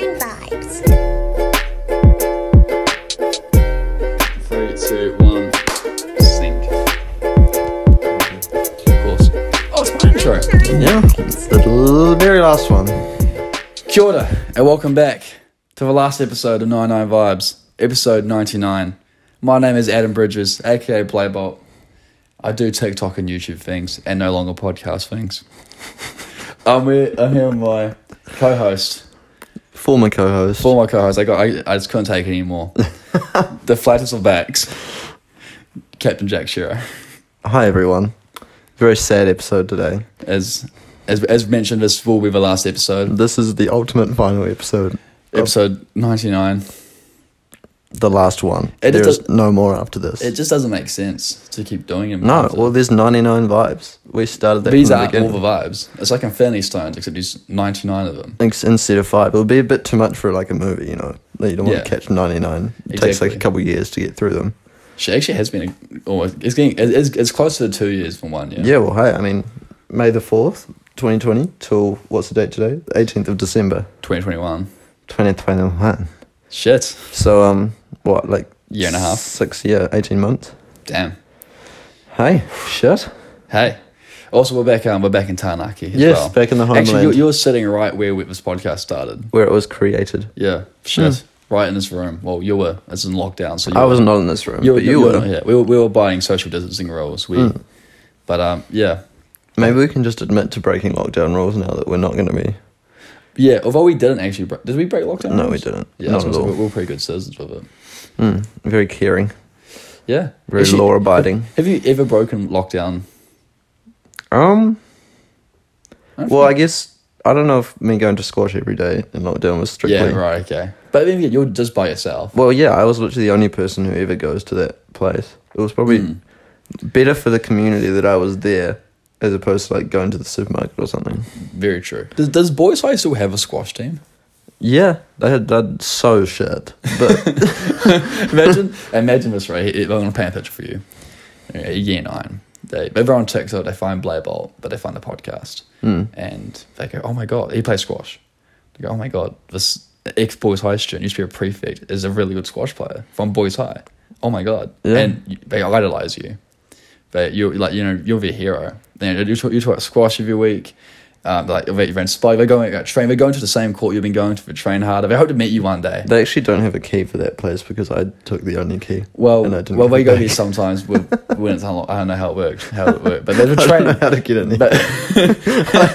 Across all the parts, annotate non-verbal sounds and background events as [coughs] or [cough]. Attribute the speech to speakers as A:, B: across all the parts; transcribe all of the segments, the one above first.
A: Perfect.
B: Three, two, one, sync. Of course. Oh, it's my intro.
C: Yeah, the l- very last one.
B: Kia ora, and welcome back to the last episode of 99 Vibes, episode 99. My name is Adam Bridges, aka Playbolt. I do TikTok and YouTube things, and no longer podcast things. [laughs] I'm here, I'm here with my co host,
C: Former co-host.
B: former co host. I, got, I, I just couldn't take it anymore. the flattest of backs, Captain Jack Shearer.
C: Hi everyone. Very sad episode today.
B: as as as mentioned, this will be the last episode,
C: This is the ultimate final episode.
B: episode ninety nine.
C: The last one.
B: It
C: there
B: is
C: is no more after this.
B: It just doesn't make sense to keep doing them.
C: no, well, there's 99 vibes. We started that
B: these
C: from
B: are
C: the
B: all the
C: beginning.
B: vibes. It's like Infinity Stones, except there's ninety nine of them.
C: Ex- Instead of five, it'll be a bit too much for like a movie, you know. You don't
B: Yeah.
C: want to catch 99. It takes like
B: Exactly.
C: a couple years to get through them.
B: She actually has been a, almost. It's getting it's, it's close to two years from one. Yeah.
C: Yeah, well, hey, I mean, May the 4th, 2020, till what's the date today? The 18th of December,
B: Twenty twenty one.
C: 2021.
B: Shit.
C: So um, what like
B: Year and a half.
C: six year, eighteen months.
B: Damn.
C: Hey, shit.
B: Hey. Also, we're back. Um, we're back in Taranaki. As
C: Yes,
B: well.
C: back in the
B: Actually, you're,
C: homeland.
B: you're sitting right where we- this podcast started.
C: Where it was created.
B: Yeah. Shit.
C: Hmm.
B: Right in this room. Well, you were. It's in lockdown, so you
C: I
B: were.
C: was not in this room,
B: You,
C: but you were.
B: Yeah, we were. Hmm. We were buying social distancing rules. We, but um, yeah,
C: Maybe we can just admit to breaking lockdown rules now that we're not going to be.
B: yeah. Although we didn't actually, break, did we break lockdown?
C: No, we
B: rules?
C: didn't.
B: Yeah,
C: not
B: that's what
C: at
B: I'm saying,
C: all.
B: we- we're pretty good citizens with it.
C: Mm, very caring,
B: Yeah,
C: very
B: Actually,
C: law abiding.
B: Have you ever broken lockdown?
C: Um.
B: I don't
C: Well, I guess I don't know if me going to squash every day in lockdown was strictly.
B: Yeah, right, okay. But then again, you're just by yourself.
C: Well, yeah, I was literally the only person who ever goes to that place. It was probably
B: Hmm.
C: better for the community that I was there as opposed to like going to the supermarket or something.
B: Very true. Does, does Boys High still have a squash team?
C: Yeah, they had done so shit. But
B: [laughs]
C: [laughs]
B: imagine, imagine this right. here. I'm gonna paint a picture for you. Uh, Year nine, they everyone checks out. They find Blayball, but they find the podcast, and they go, "Oh my god, he plays squash." They go, "Oh my god, this ex boys high student used to be a prefect is a really good squash player from boys high." Oh my god,
C: Yeah.
B: and you- they idolize you. They you like you know you're their hero. You, know, you talk you talk squash every week. Um, like you've been spike, they're going uh, train. They're going to the same court you've been going to for train harder. They hope to meet you one day.
C: they actually don't have a key for that place because I took the only key.
B: Well,
C: and [laughs] I didn't
B: well,
C: give
B: we
C: it
B: go
C: back.
B: there sometimes with, when it's unlocked. I don't know how it worked, how it worked, but they were
C: I don't know
B: [laughs] training.
C: how to get in there.
B: But I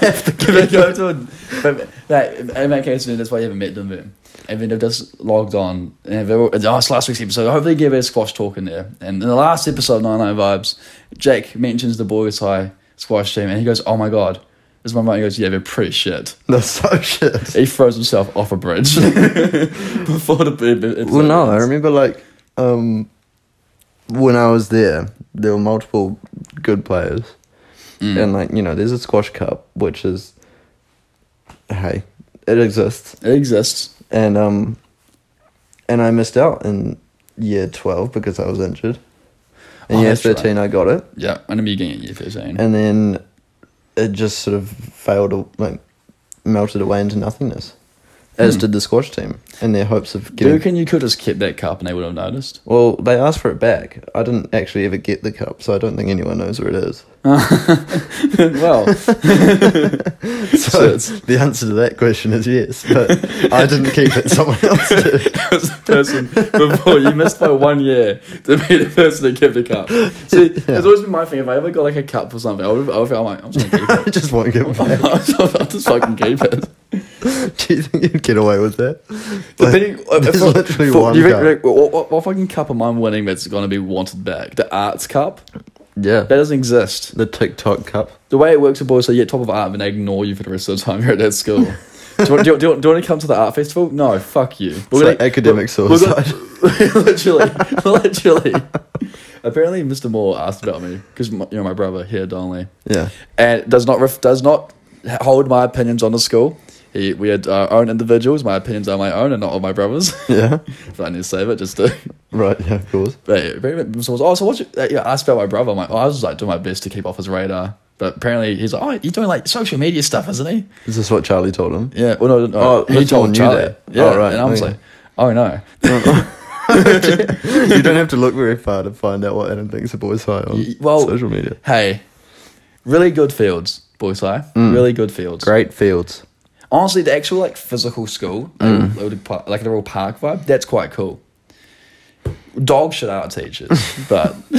B: have to give it go to a- But like, in that case, that's why you haven't met them. Then. And then they've just logged on. And they're all, oh, it's last week's episode. Hopefully, you get a bit of squash talk in there. And in the last episode, 99 Vibes, Jake mentions the boys' high squash team, and he goes, "Oh my god." This is my mate. He goes, "Yeah, they're pretty shit."
C: They're so
B: [laughs]
C: shit.
B: He throws himself off a bridge [laughs] before the episode
C: Well, no, I
B: ends.
C: remember like um, when I was there, there were multiple good players,
B: Mm. Hmm.
C: and like you know, there's a squash cup which is, hey, it exists,
B: it exists.
C: and um, and I missed out in year twelve because I was injured. In
B: Oh,
C: year
B: that's right.
C: thirteen, I got it,
B: Yeah, I remember you getting it year thirteen.
C: and then it just sort of failed, a- like melted away into nothingness, as
B: Hmm.
C: did the squash team in their hopes of
B: Do you
C: getting
B: reckon you could have just kept that cup and they would have noticed?
C: Well, they asked for it back. I didn't actually ever get the cup, so I don't think anyone knows where
B: [laughs]
C: it is.
B: [laughs] well, [laughs]
C: So the answer to that question is yes, but I didn't keep it. Someone else did. [laughs]
B: was the person before you missed by one year to be the person that kept the cup. See,
C: Yeah.
B: it's always been my thing. If I ever got like a cup or something, I would have felt like, I'm just gonna keep
C: I just won't give it
B: it. [laughs]
C: back.
B: I'll just fucking keep it.
C: Do you think you'd get away with that?
B: Depending,
C: There's
B: uh, if-
C: literally
B: for-
C: one
B: you
C: cup.
B: Rick, what, what, what fucking cup am I winning that's gonna be wanted back? The arts cup? That
C: yeah.
B: doesn't exist.
C: The TikTok cup.
B: The way it works with boys, so you get top of art and they ignore you for the rest of the time you're at that school.
C: [laughs]
B: do, you want, do, you, do, you want, do you want to come to the art festival? No, fuck you.
C: It's like academic
B: we're gonna-
C: suicide.
B: [laughs]
C: [laughs]
B: literally, literally. Apparently, Mr. Moore asked about me because you know my brother here, Donnelly,
C: Yeah. [laughs]
B: and does not ref- does not hold my opinions on the school. He, we had our own individuals. My opinions are my own and not of my brother's.
C: Yeah.
B: [laughs] if I need to save it, just to
C: Right. Yeah. Of course.
B: but yeah, very much- so I was, oh, so what? You, uh, yeah, asked about my brother. I'm like, oh, I was just like doing my best to keep off his radar. But apparently he's like, oh, he's doing like social media stuff, isn't he?
C: Is this what Charlie told him?
B: Yeah. Well, no, no
C: Oh,
B: he
C: that's all
B: told
C: new
B: Charlie.
C: there.
B: Yeah.
C: Oh, right,
B: And I was
C: okay.
B: like, oh no.
C: you don't have to look very far to find out what Adam thinks the boys high on
B: Y- well-
C: social media.
B: Hey, really good fields, boys. High. Really good fields.
C: Great fields.
B: Honestly, the actual like physical school, like, little par- like the real park vibe, that's quite cool. Dog shit out [laughs] teachers, but
C: [laughs]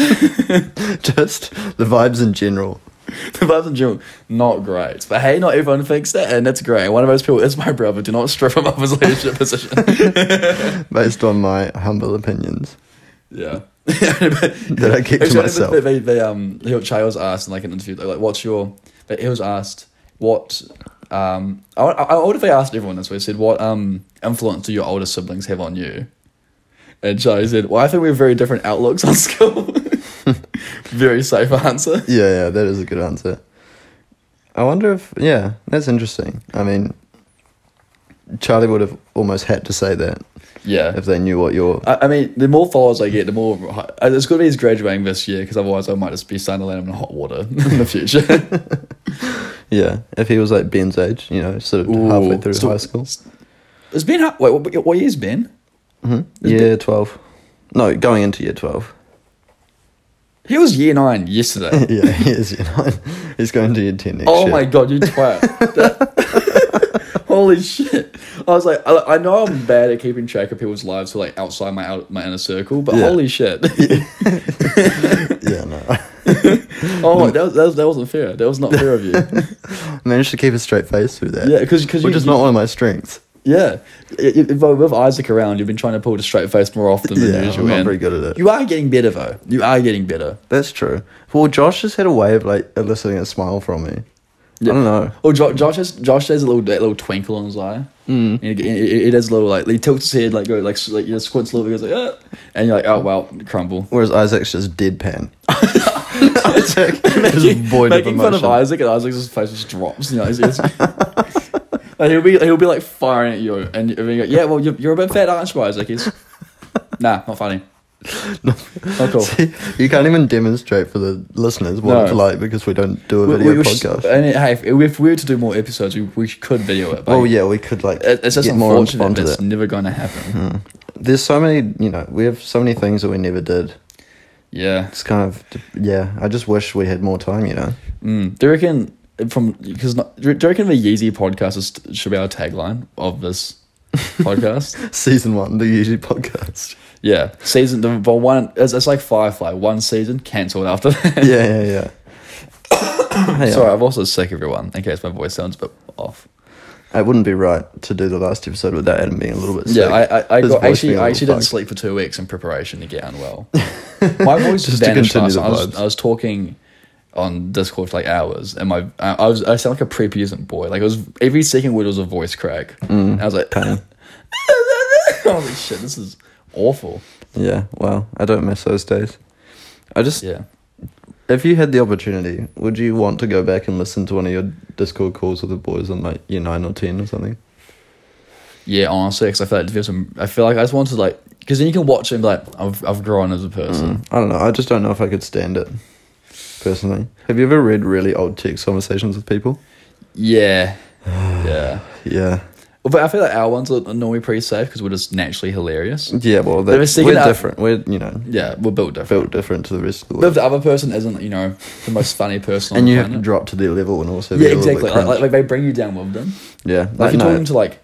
C: Just the vibes in general.
B: [laughs] the vibes in general, not great. But hey, not everyone thinks that, and that's great. One of those people is my brother. Do not strip him of his leadership position.
C: [laughs] Based on my humble opinions. [laughs]
B: Yeah. that
C: I keep to myself.
B: They, they, they, um, Hill Chai was asked in like an interview, like, like, what's your, like, he was asked, what, um, I, I, I wonder if they asked everyone this way, said, what, um, influence do your older siblings have on you? And Chai said, well, I think we have very different outlooks on [laughs]
C: [laughs]
B: school. very safe answer.
C: Yeah, yeah, that is a good answer. I wonder if yeah, that's interesting. I mean Charlie would have almost had to say that
B: Yeah.
C: if they knew what your
B: I, I mean, the more followers I get, the more, uh, it's good that he's graduating this year, because otherwise I might just be starting to land him in hot water [laughs] in the
C: [laughs]
B: future.
C: Yeah. If he was like Ben's age, you know, sort of halfway
B: Ooh,
C: through
B: so-
C: high school.
B: It's been ha- wait, what, what year's been?
C: Year twelve. No, going into
B: [laughs]
C: year twelve. [laughs]
B: He was year nine yesterday.
C: yeah, he is year nine. He's going to year ten next
B: oh
C: year.
B: my god, you twat! [laughs] That- Holy shit! I was like, I, I know I'm bad at keeping track of people's lives, so like outside my out, my inner circle, but
C: [laughs] Yeah.
B: holy shit!
C: Yeah, no.
B: [laughs] oh, my, that, was, that was that wasn't fair. That was not fair of
C: [laughs]
B: you.
C: Managed to keep a straight face through that.
B: Yeah, because because you
C: Which is
B: you-
C: not one of my strengths.
B: Yeah, Y- y- though with Isaac around, you've been trying to pull a straight face more often than
C: Yeah, I'm
B: usual.
C: not
B: and
C: very good at it.
B: You are getting better though. You are getting better.
C: That's true. Well, Josh just had a way of like eliciting a smile from me. I don't know.
B: Oh, jo- Josh has Josh has a little that little twinkle on his eye. Mm. It, it, it has a little like he tilts his head like go like s- like you know, squints a little bit goes like ah. and you're like oh well crumble.
C: Whereas Isaac's
B: [laughs]
C: just deadpan. Isaac is void of
B: Making
C: emotion.
B: fun of Isaac and Isaac's face just drops. You know, it's, [laughs] it's, like he'll be he'll be like firing at you and you'll be like, yeah well you're, you're a bit fat aren't you Isaac? He's nah not
C: [laughs]
B: funny. Not cool.
C: See, you can't even demonstrate for the listeners what
B: No.
C: it's like because we don't do a
B: We-
C: video
B: we- uh, we sh-
C: podcast.
B: and it- hey, if, if we were to do more episodes, we, we could video it. But
C: oh yeah, we could like
B: it- it's just
C: get more
B: unfortunate.
C: onto
B: But
C: that. Hmm.
B: it's never gonna happen.
C: There's so many, you know, we have so many things that we never did.
B: Yeah.
C: It's kind of yeah. I just wish we had more time, you know.
B: Mm. Do you reckon from because do you reckon the Yeezy podcast is, should be our tagline of this
C: [laughs]
B: podcast?
C: Season one, the usual podcast. [laughs]
B: yeah, season the but one it's, it's like Firefly, one season cancelled after that.
C: yeah,
B: [coughs]
C: yeah, yeah.
B: [laughs]
C: Hey,
B: Sorry, I'm also sick, everyone. In case my voice sounds a bit off.
C: It wouldn't be right to do the last episode without Adam being a little bit sick.
B: Yeah, I I, I
C: His
B: got,
C: voice
B: actually
C: being a
B: I
C: little
B: actually didn't
C: fucked.
B: sleep for two weeks in preparation to get
C: [laughs]
B: unwell. my voice
C: Just
B: just
C: to
B: vanished.
C: continue
B: Last
C: the
B: night. I was
C: vibes.
B: I was talking on Discord for like hours, and my I, I was I sound like a prepubescent boy. Like it was every second word was a voice crack.
C: Mm,
B: And I was like, [laughs] I was like, shit, this is awful.
C: Yeah, well, I don't miss those days. I just,
B: Yeah.
C: if you had the opportunity, would you want to go back and listen to one of your Discord calls with the boys on like year nine or ten or something?
B: Yeah, honestly, because I feel like it feels some, I feel like I just wanted to like because then you can watch it and be like, I've I've grown as a person.
C: I don't know. I just don't know if I could stand it personally. Have you ever read really old text conversations with people?
B: Yeah. yeah.
C: Yeah,
B: But I feel like our ones are normally pretty safe because we're just naturally hilarious.
C: yeah. Well,
B: They were
C: that's,
B: singing
C: we're
B: out-
C: different. We're you know
B: Yeah, we're built different.
C: built different to the rest of the
B: But if
C: world,
B: the other person isn't, you know, the most funny person on
C: and
B: the
C: you have
B: planet.
C: to drop to their level and also be
B: yeah,
C: a little bit
B: exactly. Like,
C: cringe.
B: like, like, they bring you down with them.
C: yeah,
B: Like,
C: like,
B: if you're
C: no,
B: talking to like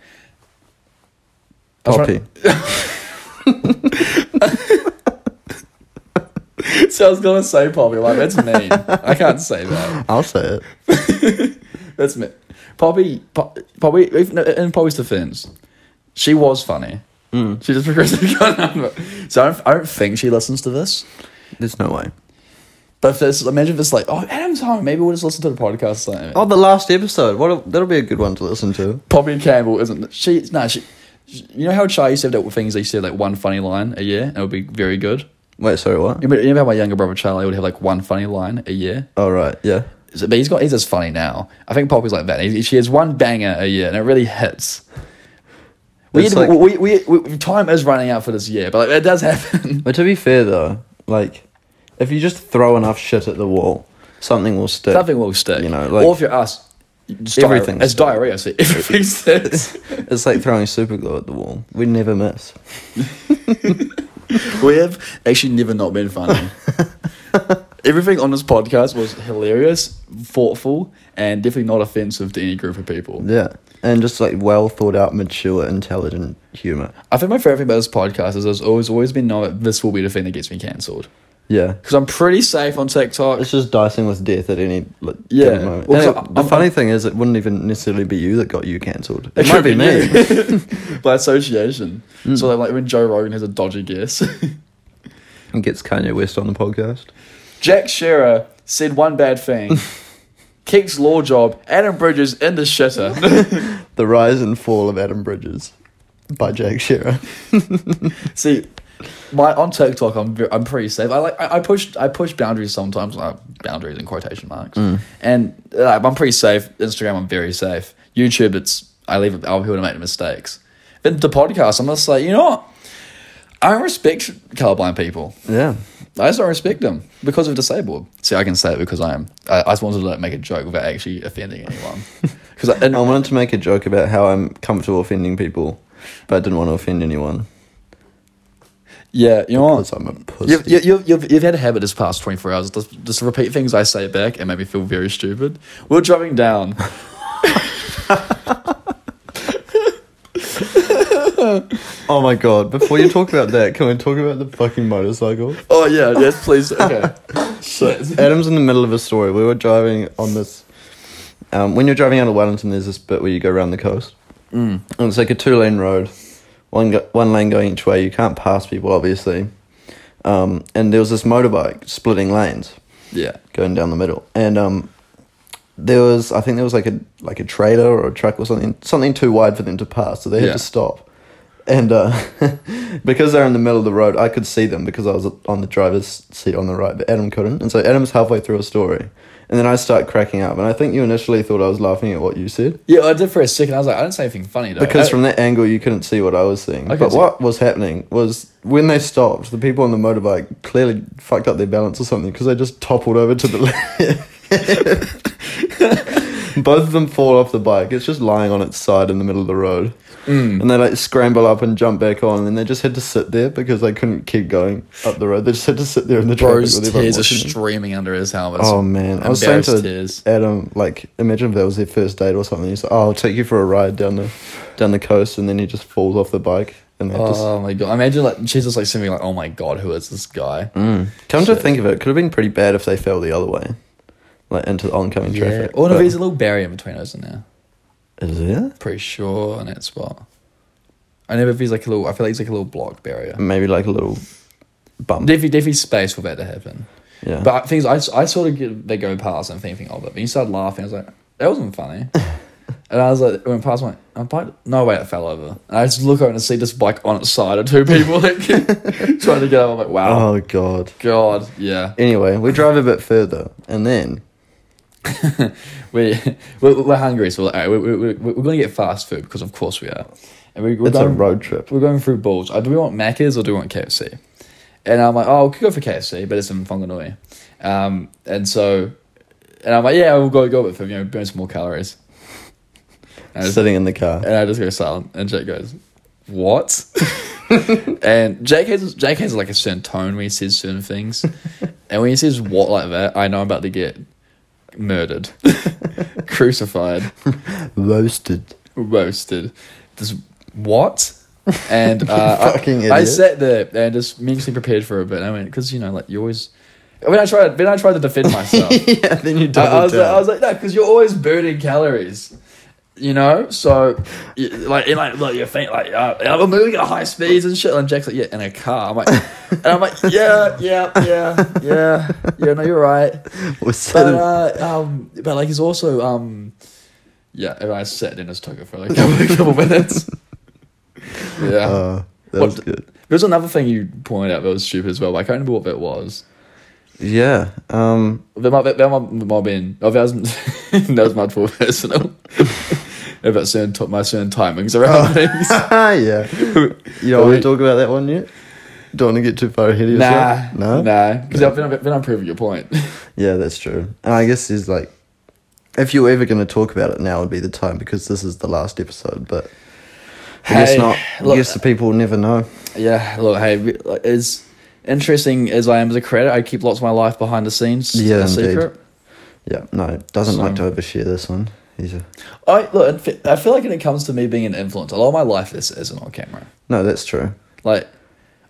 B: I was [laughs]
C: Poppy.
B: So I was gonna say Poppy, like that's mean. I can't say
C: [laughs]
B: that.
C: I'll say it.
B: That's mean. Poppy, Pop- Poppy, if, no, in Poppy's defense, she was funny.
C: Hmm.
B: [laughs] She just progressively got number. So I don't, I don't think she listens to this.
C: There's no way.
B: But if this, imagine if it's like, oh, Adam's home. Maybe we'll just listen to the podcast. Like,
C: Oh, the last episode. What? A, that'll be a good one to listen to.
B: Poppy Campbell isn't. She no. Nah, she, she- you know how Chai used to have that things they used to have like one funny line a year, and it would be very good.
C: Wait, sorry, what?
B: You know, you know how my younger brother Charlie would have like one funny line a year.
C: Oh, right, yeah.
B: So- but he's got he's as funny now. I think Poppy's like that. He, she has one banger a year, and it really hits. We,
C: It's like-
B: we, we, we- time is running out for this year, but like, it does happen. [laughs]
C: But to be fair, though, like, if you just throw enough shit at the wall, something will stick.
B: Something will stick.
C: You know, like-
B: or if you're us, it's
C: Everything
B: diarrhea. It's diarrhea,
C: sticks.
B: so [laughs] everything sticks.
C: It's like throwing super glue at the wall. We never miss.
B: we have actually never not been
C: [laughs]
B: funny. Everything on this podcast was hilarious, thoughtful, and definitely not offensive to any group of people.
C: Yeah, and just like well thought out, mature, intelligent humor.
B: I think my favorite thing about this podcast is there's always always been known that this will be the thing that gets me cancelled
C: Yeah,
B: because I'm pretty safe on TikTok.
C: it's just dicing with death at any like,
B: Yeah.
C: given moment.
B: Well,
C: And
B: so
C: it- the
B: I'm-
C: funny thing is, it wouldn't even necessarily be you that got you cancelled. It,
B: It
C: might
B: could
C: be me. [laughs] Hmm.
B: you. [laughs] by association. So like, like when Joe Rogan has a dodgy guess, [laughs]
C: and gets Kanye West on the podcast.
B: Jack Shearer said one bad
C: [laughs]
B: thing. Keeks law job. Adam Bridges in the shitter.
C: The rise and fall of Adam Bridges by Jake Shearer.
B: See, my on TikTok, I'm ve- I'm pretty safe. I like I, I push I push boundaries sometimes, like boundaries in quotation marks, and uh, I'm pretty safe. Instagram, I'm very safe. YouTube, it's I leave it other people to make the mistakes. Then the podcast, I'm just like, you know what? I don't respect colorblind people.
C: Yeah,
B: I just don't respect them because of disabled. See, I can say it because I am. I, I just wanted to like make a joke without actually offending anyone. Because I, and
C: I wanted to make a joke about how I'm comfortable offending people, but I didn't want to offend anyone
B: yeah, you know what?
C: because I'm a pussy.
B: You've, you- you've, you've, you've had a habit this past 24 hours. Just, just repeat things I say back and make me feel very stupid. We're driving
C: [laughs]
B: down.
C: Oh my god! Before you talk about that, can we talk about the fucking motorcycle?
B: Oh, yeah, yes, please.
C: [laughs]
B: Okay. Shit.
C: Adam's in the middle of a story. We were driving on this. Um, when you're driving out of Wellington, there's this bit where you go around the coast, mm. and it's like a two lane road, one go- one lane going each way. You can't pass people, obviously. Um, and there was this motorbike splitting lanes,
B: Yeah.
C: going down the middle, and um, there was I think there was like a like a trailer or a truck or something something too wide for them to pass, so they had
B: Yeah.
C: to stop. And uh, [laughs] because they're in the middle of the road, I could see them because I was on the driver's seat on the right, but Adam couldn't. And so Adam's halfway through a story, and then I start cracking up. And I think you initially thought I was laughing at what you said
B: Yeah, I did for a second. I was like, I didn't say anything funny, though.
C: because
B: I-
C: from that angle you couldn't see what I was seeing.
B: I can
C: But
B: see.
C: what was happening was when they stopped, the people on the motorbike clearly fucked up their balance or something because they just toppled over to the [laughs] left. [laughs] Both of them fall off the bike. It's just lying on its side in the middle of the road,
B: Mm.
C: and they like scramble up and jump back on, and they just had to sit there because they couldn't keep going up the road. They just had to sit there in the
B: Bro's
C: traffic with everyone
B: tears are
C: watching them.
B: streaming under his helmet.
C: Oh man, I was saying
B: Embarrassed
C: to
B: tears.
C: Adam, like, imagine if that was their first date or something. He's like, "Oh, I'll take you for a ride down the down the coast," and then he just falls off the bike. And they have to
B: Oh my god! Imagine like she's just like sitting like, "Oh my god, who is this guy?"
C: just come to think of it, it could have been pretty bad if they fell the other way, like into the oncoming
B: Yeah.
C: traffic.
B: Or no,
C: but-
B: there's a little barrier in between us and there.
C: is there?
B: Pretty sure on that spot. I never feels like a little. I feel like it's like a little block barrier.
C: Maybe like a little bump.
B: Definitely, definitely space for that to happen.
C: yeah,
B: But things I, I sort of get they go past and thinking of it. But you started laughing. I was like, that wasn't funny. and I was like, it went past. I went, I'm fine. No way, it fell over. And I just look over and see this bike on its side of two people like [laughs] trying to get up. I'm like, wow,
C: oh god.
B: god, yeah.
C: Anyway, we drive a bit further, and then
B: [laughs] We we're, we're hungry, so we're, like, all right, we, we, we, we're going to get fast food because of course we are. And we, we're
C: it's a
B: going,
C: road trip.
B: we're going through balls. Uh, do we want Macca's or do we want KFC? And I'm like, oh, we could go for KFC, but it's in Whanganui. Um, and so, and I'm like, yeah, we'll go go with it, you know, burn some more calories. And I just,
C: Sitting in the car.
B: and I just go silent, and Jake goes, what? [laughs] and Jake has Jake has like a certain tone when he says certain
C: [laughs]
B: things, and when he says what like that, I know I'm about to get murdered, [laughs] crucified
C: Roasted.
B: roasted. This what?
C: [laughs]
B: And uh, I-
C: Fucking
B: I,
C: idiot.
B: sat there and just mentally prepared for a bit. And I went because you know, like you always. When I tried, when I tried to defend myself, I,
C: yeah, then [laughs] you double
B: I was, like,
C: down.
B: I was like, no, because you're always burning calories. You know, so you, like, and like, like, you're faint, like, uh, and I'm moving at high speeds and shit. And Jack's like, yeah, in a car. I'm like, and I'm like, yeah, yeah, yeah, yeah, yeah. No, you're right.
C: We're sitting-
B: But uh, um, but like he's also um, yeah. And I sat and just took it for like [laughs] a couple, couple minutes. Yeah,
C: uh, that
B: what
C: was
B: the-
C: good.
B: there was another thing you pointed out that was stupid as well. But I can't remember what that was.
C: Yeah. Um,
B: That might that might, might have been oh that was [laughs] that was much more personal. [laughs] About certain
C: Oh.
B: t- my certain timings around things.
C: [laughs] yeah. You know,
B: But
C: want
B: we-
C: to talk about that one yet? Don't want to get too far ahead of
B: Nah,
C: yourself. No.
B: nah, because then, I'm- then I'm proving your point. [laughs]
C: Yeah, that's true. And I guess there's like, if you're ever going to talk about it, now would be the time because this is the last episode. But I guess
B: Hey,
C: not.
B: look-
C: I guess the people will never know.
B: yeah, look, hey, re- like, as interesting as I am as a creator, I keep lots of my life behind the scenes.
C: Yeah,
B: a
C: indeed.
B: secret.
C: Yeah, no, doesn't like to
B: So-
C: overshare this one. He's a,
B: I look. I fe- I feel like when it comes to me being an influencer, a lot of my life is isn't on camera.
C: no, that's true.
B: Like,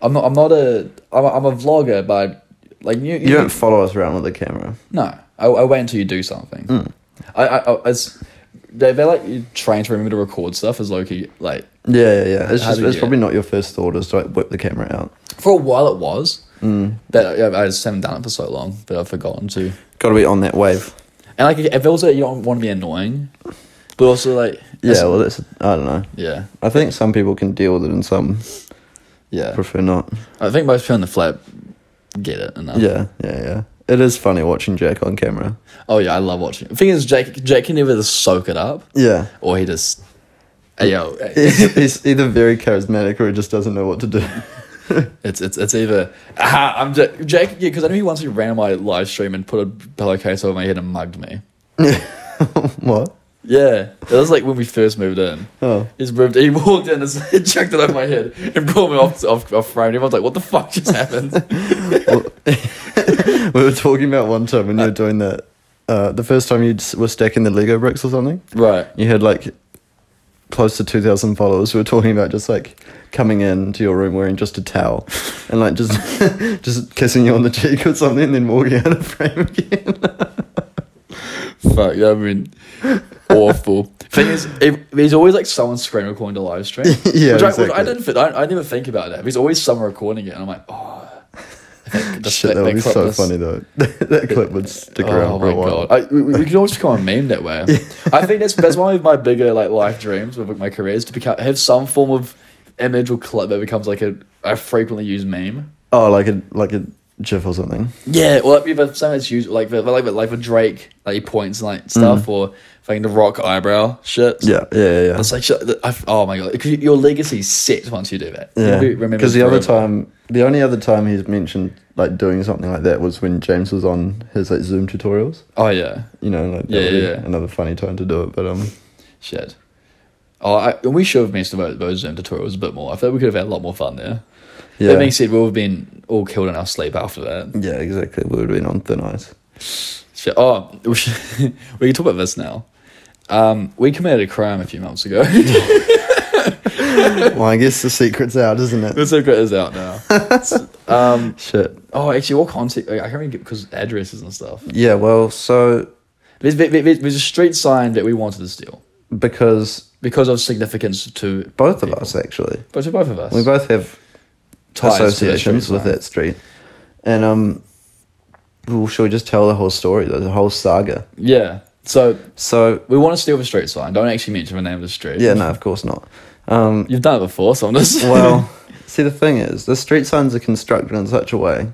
B: I'm not. I'm not a. I'm a, I'm a vlogger, but like you.
C: You don't follow us around with a camera.
B: No, I, I wait until you do something.
C: Hmm.
B: I, I, I it's they they're like you trying to remember to record stuff as Loki like
C: Yeah, yeah, yeah. It's
B: How
C: just
B: do
C: it's
B: you-
C: probably not your first thought is to like whip the camera out.
B: for a while it was.
C: Hmm.
B: Mm. But yeah, I just haven't done it for so long, but I've forgotten to.
C: Got to be on that wave.
B: And like if also you don't want to be annoying, but also like
C: Yeah,
B: it's-
C: well, that's I don't know.
B: yeah
C: I think some people can deal with it, and some
B: yeah.
C: prefer not.
B: I think most people in the flat get it enough.
C: Yeah, yeah, yeah. It is funny watching Jack on camera.
B: Oh yeah, I love watching. The thing is, Jake Jake can either soak it up
C: Yeah.
B: or he just hey, yo.
C: he's, [laughs] he's either very charismatic or he just doesn't know what to do. [laughs]
B: It's it's it's either ah, I'm Jake, Jake yeah because I know he once he ran on my live stream and put a pillowcase over my head and mugged me.
C: what?
B: Yeah, it was like when we first moved in.
C: Oh.
B: He's moved. He walked in and [laughs] chucked it over my head and brought me off off, off frame. Everyone's like, "What the fuck just happened?"
C: [laughs] We were talking about one time when you were doing that. Uh, the first time you s- were stacking the Lego bricks or something,
B: [laughs] right.
C: you had like close to 2,000 followers. We were talking about just like coming in to your room wearing just a towel and like just [laughs] just kissing you on the cheek or something and then walking out of frame again.
B: Fuck. I mean,
C: [laughs]
B: awful. Thing is, if, there's always like someone screen recording the live stream.
C: [laughs] Yeah,
B: which I, which I
C: exactly.
B: didn't. fit- I, I never think about that. There's always someone recording it, and I'm like, oh. I think this-
C: Shit, that would be
B: clip Oh
C: so
B: this-
C: funny though. [laughs] that clip would stick around for a while.
B: I, we, we can always become a meme that
C: [laughs]
B: way. I think that's that's one of my bigger like life dreams with my career is to become have some form of image or clip that becomes like a, a frequently used meme.
C: Oh, like a like a GIF or something.
B: Yeah, or like but something that's used like the- like the- like with Drake like he points and like stuff or fucking the rock eyebrow shit.
C: Mm-hmm. Yeah, yeah, yeah. yeah.
B: It's like shit, that- I've- oh my god, because your legacy's set once you do that.
C: Yeah,
B: You'll be remembered
C: because the other
B: forever.
C: time, the only other time he's mentioned like doing something like that was when James was on his like Zoom tutorials.
B: Oh yeah,
C: You know, like that
B: Yeah,
C: would
B: yeah,
C: be
B: yeah.
C: another funny time to do it. But um,
B: shit. Oh, I, we should have messed about those Zoom tutorials a bit more. I feel we could have had a lot more fun there.
C: yeah,
B: That being said, we'll have been all killed in our sleep after that.
C: yeah, exactly. We would have been on thin ice.
B: Shit. Oh, [laughs] we, should, we can talk about this now. Um, we committed a crime a few months ago. [laughs]
C: well, I guess the secret's out, isn't it?
B: the secret is out now. um,
C: Shit.
B: oh, actually, what context? I can't remember because addresses and stuff.
C: Yeah. Well, so
B: There's, there- there- there's a street sign that we wanted to steal
C: because
B: because of significance to
C: both of us actually,
B: but to both of us.
C: we both have
B: Ties to that
C: associations
B: street
C: with
B: sign.
C: that street, and um, well, should we just tell the whole story, the whole saga?
B: yeah. So
C: So
B: we want to steal the street sign. Don't actually mention the name of the street.
C: yeah, no, of course not. Um,
B: You've done it before, so I'm just
C: Well, [laughs] see, the thing is, the street signs are constructed in such a way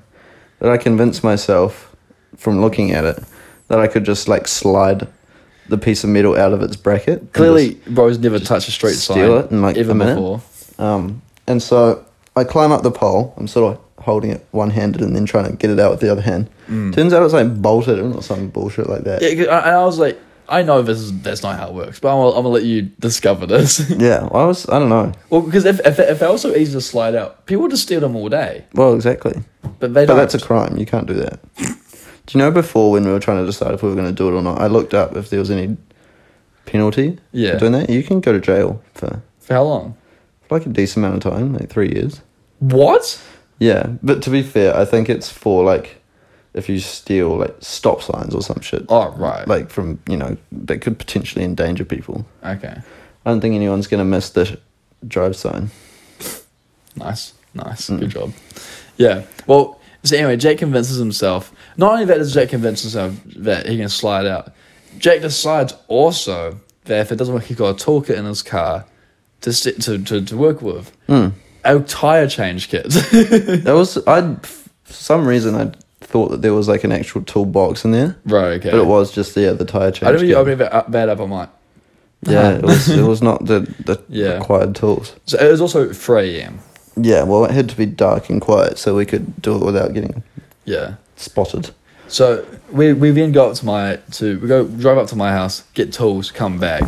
C: that I convinced myself from looking at it that I could just like slide the piece of metal out of its bracket.
B: [laughs]
C: and
B: clearly, bro's never touched a street sign
C: steal it in, like,
B: ever
C: a minute?
B: before.
C: just- um, and so I climb up the pole. I'm sort of holding it one handed and then trying to get it out with the other hand. Turns out it's like bolted in or some bullshit like that.
B: Yeah, 'cause I- and I was like, I know this is that's not how it works, but I'm gonna, I'm gonna let you discover this. [laughs]
C: Yeah, well, I was, I don't know.
B: well, because if if, if they're so easy to slide out, people would just steal them all day,
C: Well, exactly.
B: but they
C: But
B: don't.
C: that's a crime. You can't do that. do you know before when we were trying to decide if we were going to do it or not, I looked up if there was any penalty
B: Yeah.
C: for doing that? You can go to jail for,
B: For how long?
C: for like a decent amount of time, like three years.
B: What?
C: Yeah, but to be fair, I think it's for like if you steal like stop signs or some shit.
B: Oh right.
C: Like from, you know, that could potentially endanger people.
B: okay.
C: I don't think anyone's going to miss the sh- drive sign.
B: Nice. Nice.
C: Mm.
B: Good job. Yeah. Well. So anyway, Jake convinces himself. Not only that does Jake convince himself that he can slide out, Jake decides also that if it doesn't work, he got a toolkit in his car to sit to, to, to work with.
C: Mm.
B: A tire change kit. [laughs]
C: There was, I, for some reason, I thought that there was like an actual toolbox in there.
B: Right, okay.
C: But it was just yeah, the tire change.
B: I don't really
C: kit.
B: open that up, that up. I'm like,
C: Yeah, it was it was not the the
B: [laughs] Yeah.
C: required tools.
B: so it was also 3 a.m.
C: Yeah, well, it had to be dark and quiet so we could do it without getting
B: Yeah.
C: spotted.
B: So we we then go up to my to we go drive up to my house, get tools, come back,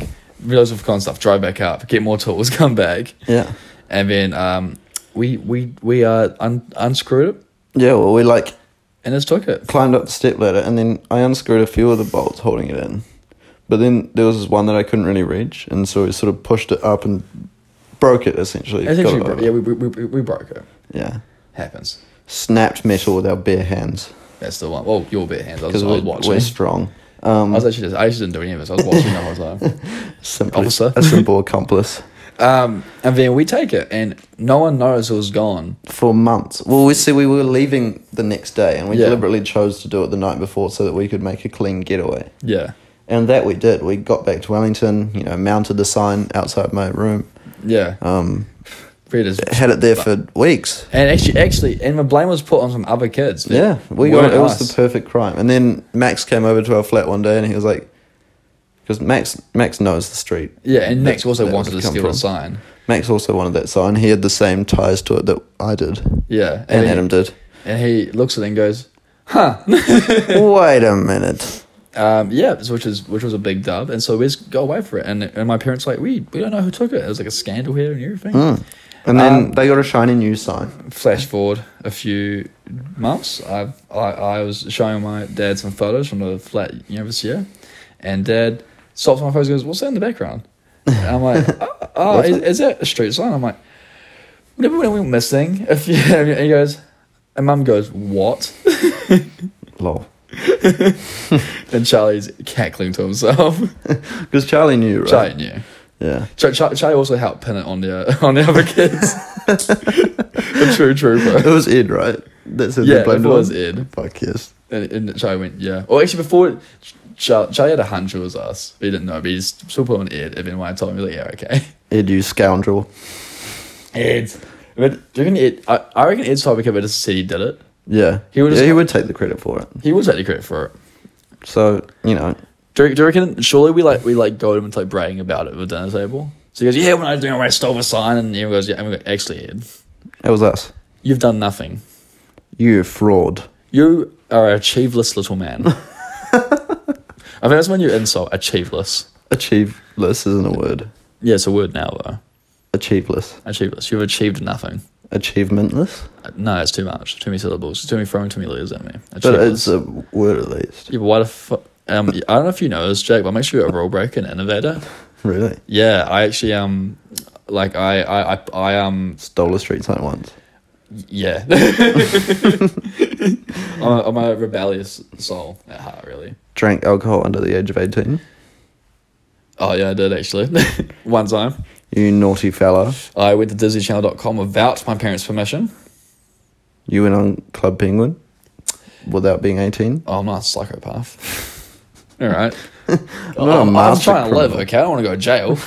B: realize we've gone stuff, drive back up, get more tools, [laughs] come back,
C: Yeah.
B: and then um we we we uh un, unscrewed it
C: Yeah, well, we like
B: and just took it.
C: climbed up the step ladder and then I unscrewed a few of the bolts holding it in. But then there was this one that I couldn't really reach, and so we sort of pushed it up and broke it essentially. Got
B: Essentially,
C: it
B: bro-
C: over.
B: yeah, we, we, we, we broke it.
C: yeah.
B: Happens.
C: Snapped metal with our bare hands
B: That's the one. Well, your bit hands. I was,
C: because
B: I was
C: we're,
B: watching.
C: we're strong. Um,
B: I was actually just, I actually didn't do any of this. I was watching the whole time.
C: [laughs] Simply,
B: Officer. [laughs]
C: a simple accomplice
B: Um, and then we take it, and no one knows it was gone.
C: for months. Well, we see we were leaving the next day, and we
B: Yeah.
C: deliberately chose to do it the night before so that we could make a clean getaway.
B: Yeah,
C: And that we did. We got back to Wellington, you know, mounted the sign outside my room,
B: yeah.
C: um,
B: Readers.
C: had it there for weeks.
B: And actually, actually, and the blame was put on some other kids. that
C: Yeah, we
B: weren't
C: got it was
B: us.
C: the perfect crime. And then Max came over to our flat one day, and he was like, because Max Max knows the street.
B: yeah, and Max
C: that-
B: also
C: that
B: wanted
C: would
B: to
C: come
B: steal
C: from.
B: the sign.
C: Max also wanted that sign. He had the same ties to it that I did
B: Yeah,
C: and
B: he,
C: Adam did.
B: and he looks at it and goes,
C: [laughs] Wait a minute.
B: um, "Yeah," so which is which was a big dub. And so we just go away for it. And and my parents were like, "We we don't know who took it." It was like a scandal here and everything.
C: And then
B: Um,
C: they got a shiny new sign.
B: flash forward a few months, I, I I was showing my dad some photos from the flat you know this year, and dad stops my photos and goes, "What's that in the background?" And I'm like, "Oh, oh, is, is that a street sign?" I'm like, "Whenever we went missing, if you," [laughs] and he goes, and mum goes, "What?" [laughs]
C: Lol.
B: And Charlie's cackling to himself. [laughs]
C: Because Charlie knew, right?
B: Charlie knew.
C: Yeah.
B: Char- Char- Charlie also helped pin it on the uh, [laughs] on the other kids. the true trooper.
C: It was Ed, right? That's who
B: Yeah,
C: they blamed
B: it
C: it on?
B: was Ed.
C: Fuck yes.
B: And, and Charlie went, yeah. Or actually, before Char- Charlie had a hunch it was us. He didn't know, but he's still put on Ed. And then when I told him, he was like, yeah, okay. [laughs]
C: Ed, you scoundrel.
B: Ed. But do you reckon Ed, I, I reckon Ed's probably could have just said he did it.
C: Yeah.
B: He would've
C: yeah, he
B: sc-
C: would take the credit for it.
B: He was actually credit for it.
C: So, you know,
B: Do you, do you reckon, surely we like, we like go to him and like bragging about it at the dinner table? So he goes, yeah, when I was doing it, I stole a sign. And everyone goes, yeah, and we go, actually, Ed,
C: it was us.
B: you've done nothing.
C: You fraud.
B: You are a achieveless little
C: [laughs]
B: man. I think that's my new insult, achieveless.
C: Achieveless isn't a word.
B: Yeah, it's a word now, though.
C: Achieveless.
B: Achieveless. You've achieved nothing.
C: Achievementless?
B: No, it's too much. Too many syllables. Too many throwing too many letters at me.
C: But
B: Achievements.
C: it's uh, a word at least.
B: yeah, but what if? Um, I don't know if you know this, Jake, but I'm actually a rule breaker and innovator.
C: Really?
B: Yeah, I actually um, like I I I, I um
C: Stole a street sign once.
B: yeah. [laughs] I'm, a, I'm a rebellious soul at heart, really.
C: Drank alcohol under the age of 18.
B: Oh yeah, I did actually. [laughs] One time,
C: You naughty fella.
B: I went to DisneyChannel.com without my parents' permission.
C: You went on Club Penguin without being 18.
B: Oh, I'm not a psychopath. [laughs] All right.
C: I'm not a
B: Oh, I'm
C: master
B: trying to live,
C: criminal.
B: okay? I don't want to go to jail.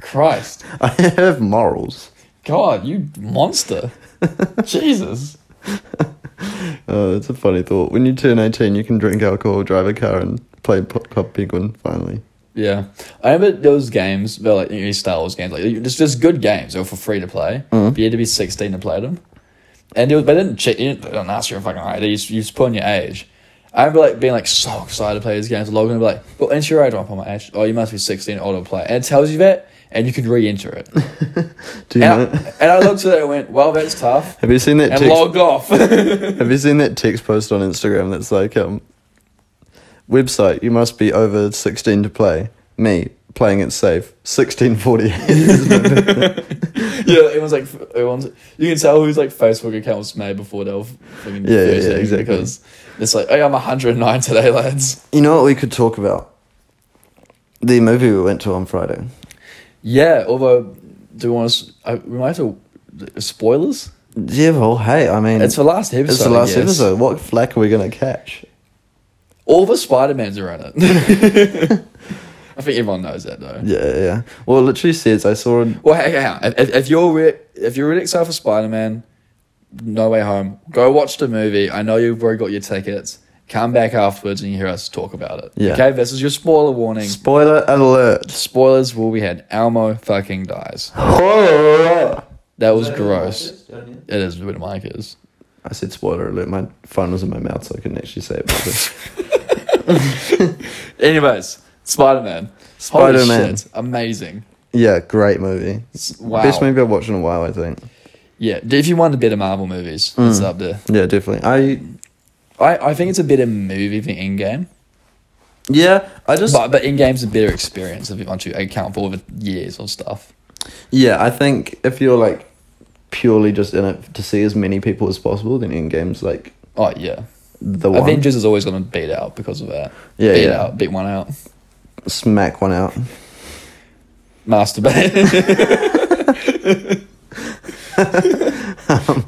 B: Christ.
C: [laughs] I have morals.
B: God, you
C: [laughs]
B: monster. Jesus.
C: Oh, that's a funny thought. When you turn 18, you can drink alcohol, drive a car, and play P- Club Penguin finally.
B: Yeah. I remember those games, they're like you know, Star Wars games, like just just good games, they were for free to play. But you had to be sixteen to play them. And it was, they didn't check you didn't, they didn't ask your fucking ID, you just, you just put in your age. I remember like being like so excited to play these games, logging and be like, Well enter your age I'll put my age. Oh you must be sixteen or older to play. And it tells you that and you can re enter it.
C: Do
B: And
C: you
B: I,
C: know?
B: and I looked at it and went, Well that's tough
C: Have you seen that
B: and
C: text?
B: logged off. [laughs]
C: Have you seen that text post on Instagram that's like, um, website, you must be over 16 to play. Me, playing it safe,
B: [laughs]
C: 1648.
B: yeah, it was like it was, you can tell whose like Facebook account was made before they were fucking
C: Yeah, yeah, yeah,
B: using it
C: exactly.
B: because it's like, hey, I'm 109 today, lads.
C: [laughs] you know what we could talk about? The movie we went to on Friday.
B: Yeah, although do you want us? I, we might have to spoilers.
C: Yeah, well, hey, I mean,
B: It's the last episode.
C: it's the
B: I
C: last
B: guess.
C: episode. What flack are we going to catch?
B: All the Spider Mans are in it. [laughs] I think everyone knows that though.
C: Yeah, yeah, yeah. Well, it literally says, I saw an
B: Well, hang hang on. If- If, if you're re- if you're really excited for Spider Man, No Way Home, go watch the movie. I know you've already got your tickets. Come back afterwards and you hear us talk about it.
C: Yeah.
B: Okay, this is your spoiler warning.
C: spoiler alert.
B: Spoilers will be had. Elmo fucking dies. That was gross. It is where the mic is.
C: I said spoiler alert. My phone was in my mouth, so I couldn't actually say it. properly.
B: Anyways, Spider Man. Spider
C: Spider-Man.
B: Man. Amazing.
C: [laughs] yeah, great movie.
B: S- Wow.
C: Best movie I've watched in a while, I think.
B: Yeah, d- if you want the better Marvel movies,
C: Mm.
B: it's up there.
C: Yeah, definitely. I
B: I, I think it's a better movie than Endgame.
C: yeah, I just
B: But, but Endgame's a better experience if you want to account for with years or stuff.
C: yeah, I think if you're like purely just in it to see as many people as possible, then Endgame's like
B: Oh, yeah.
C: the one.
B: Avengers is always going to beat out because of that.
C: Yeah,
B: beat
C: yeah.
B: out, beat one out,
C: Smack one out.
B: [laughs] masturbate.
C: [laughs]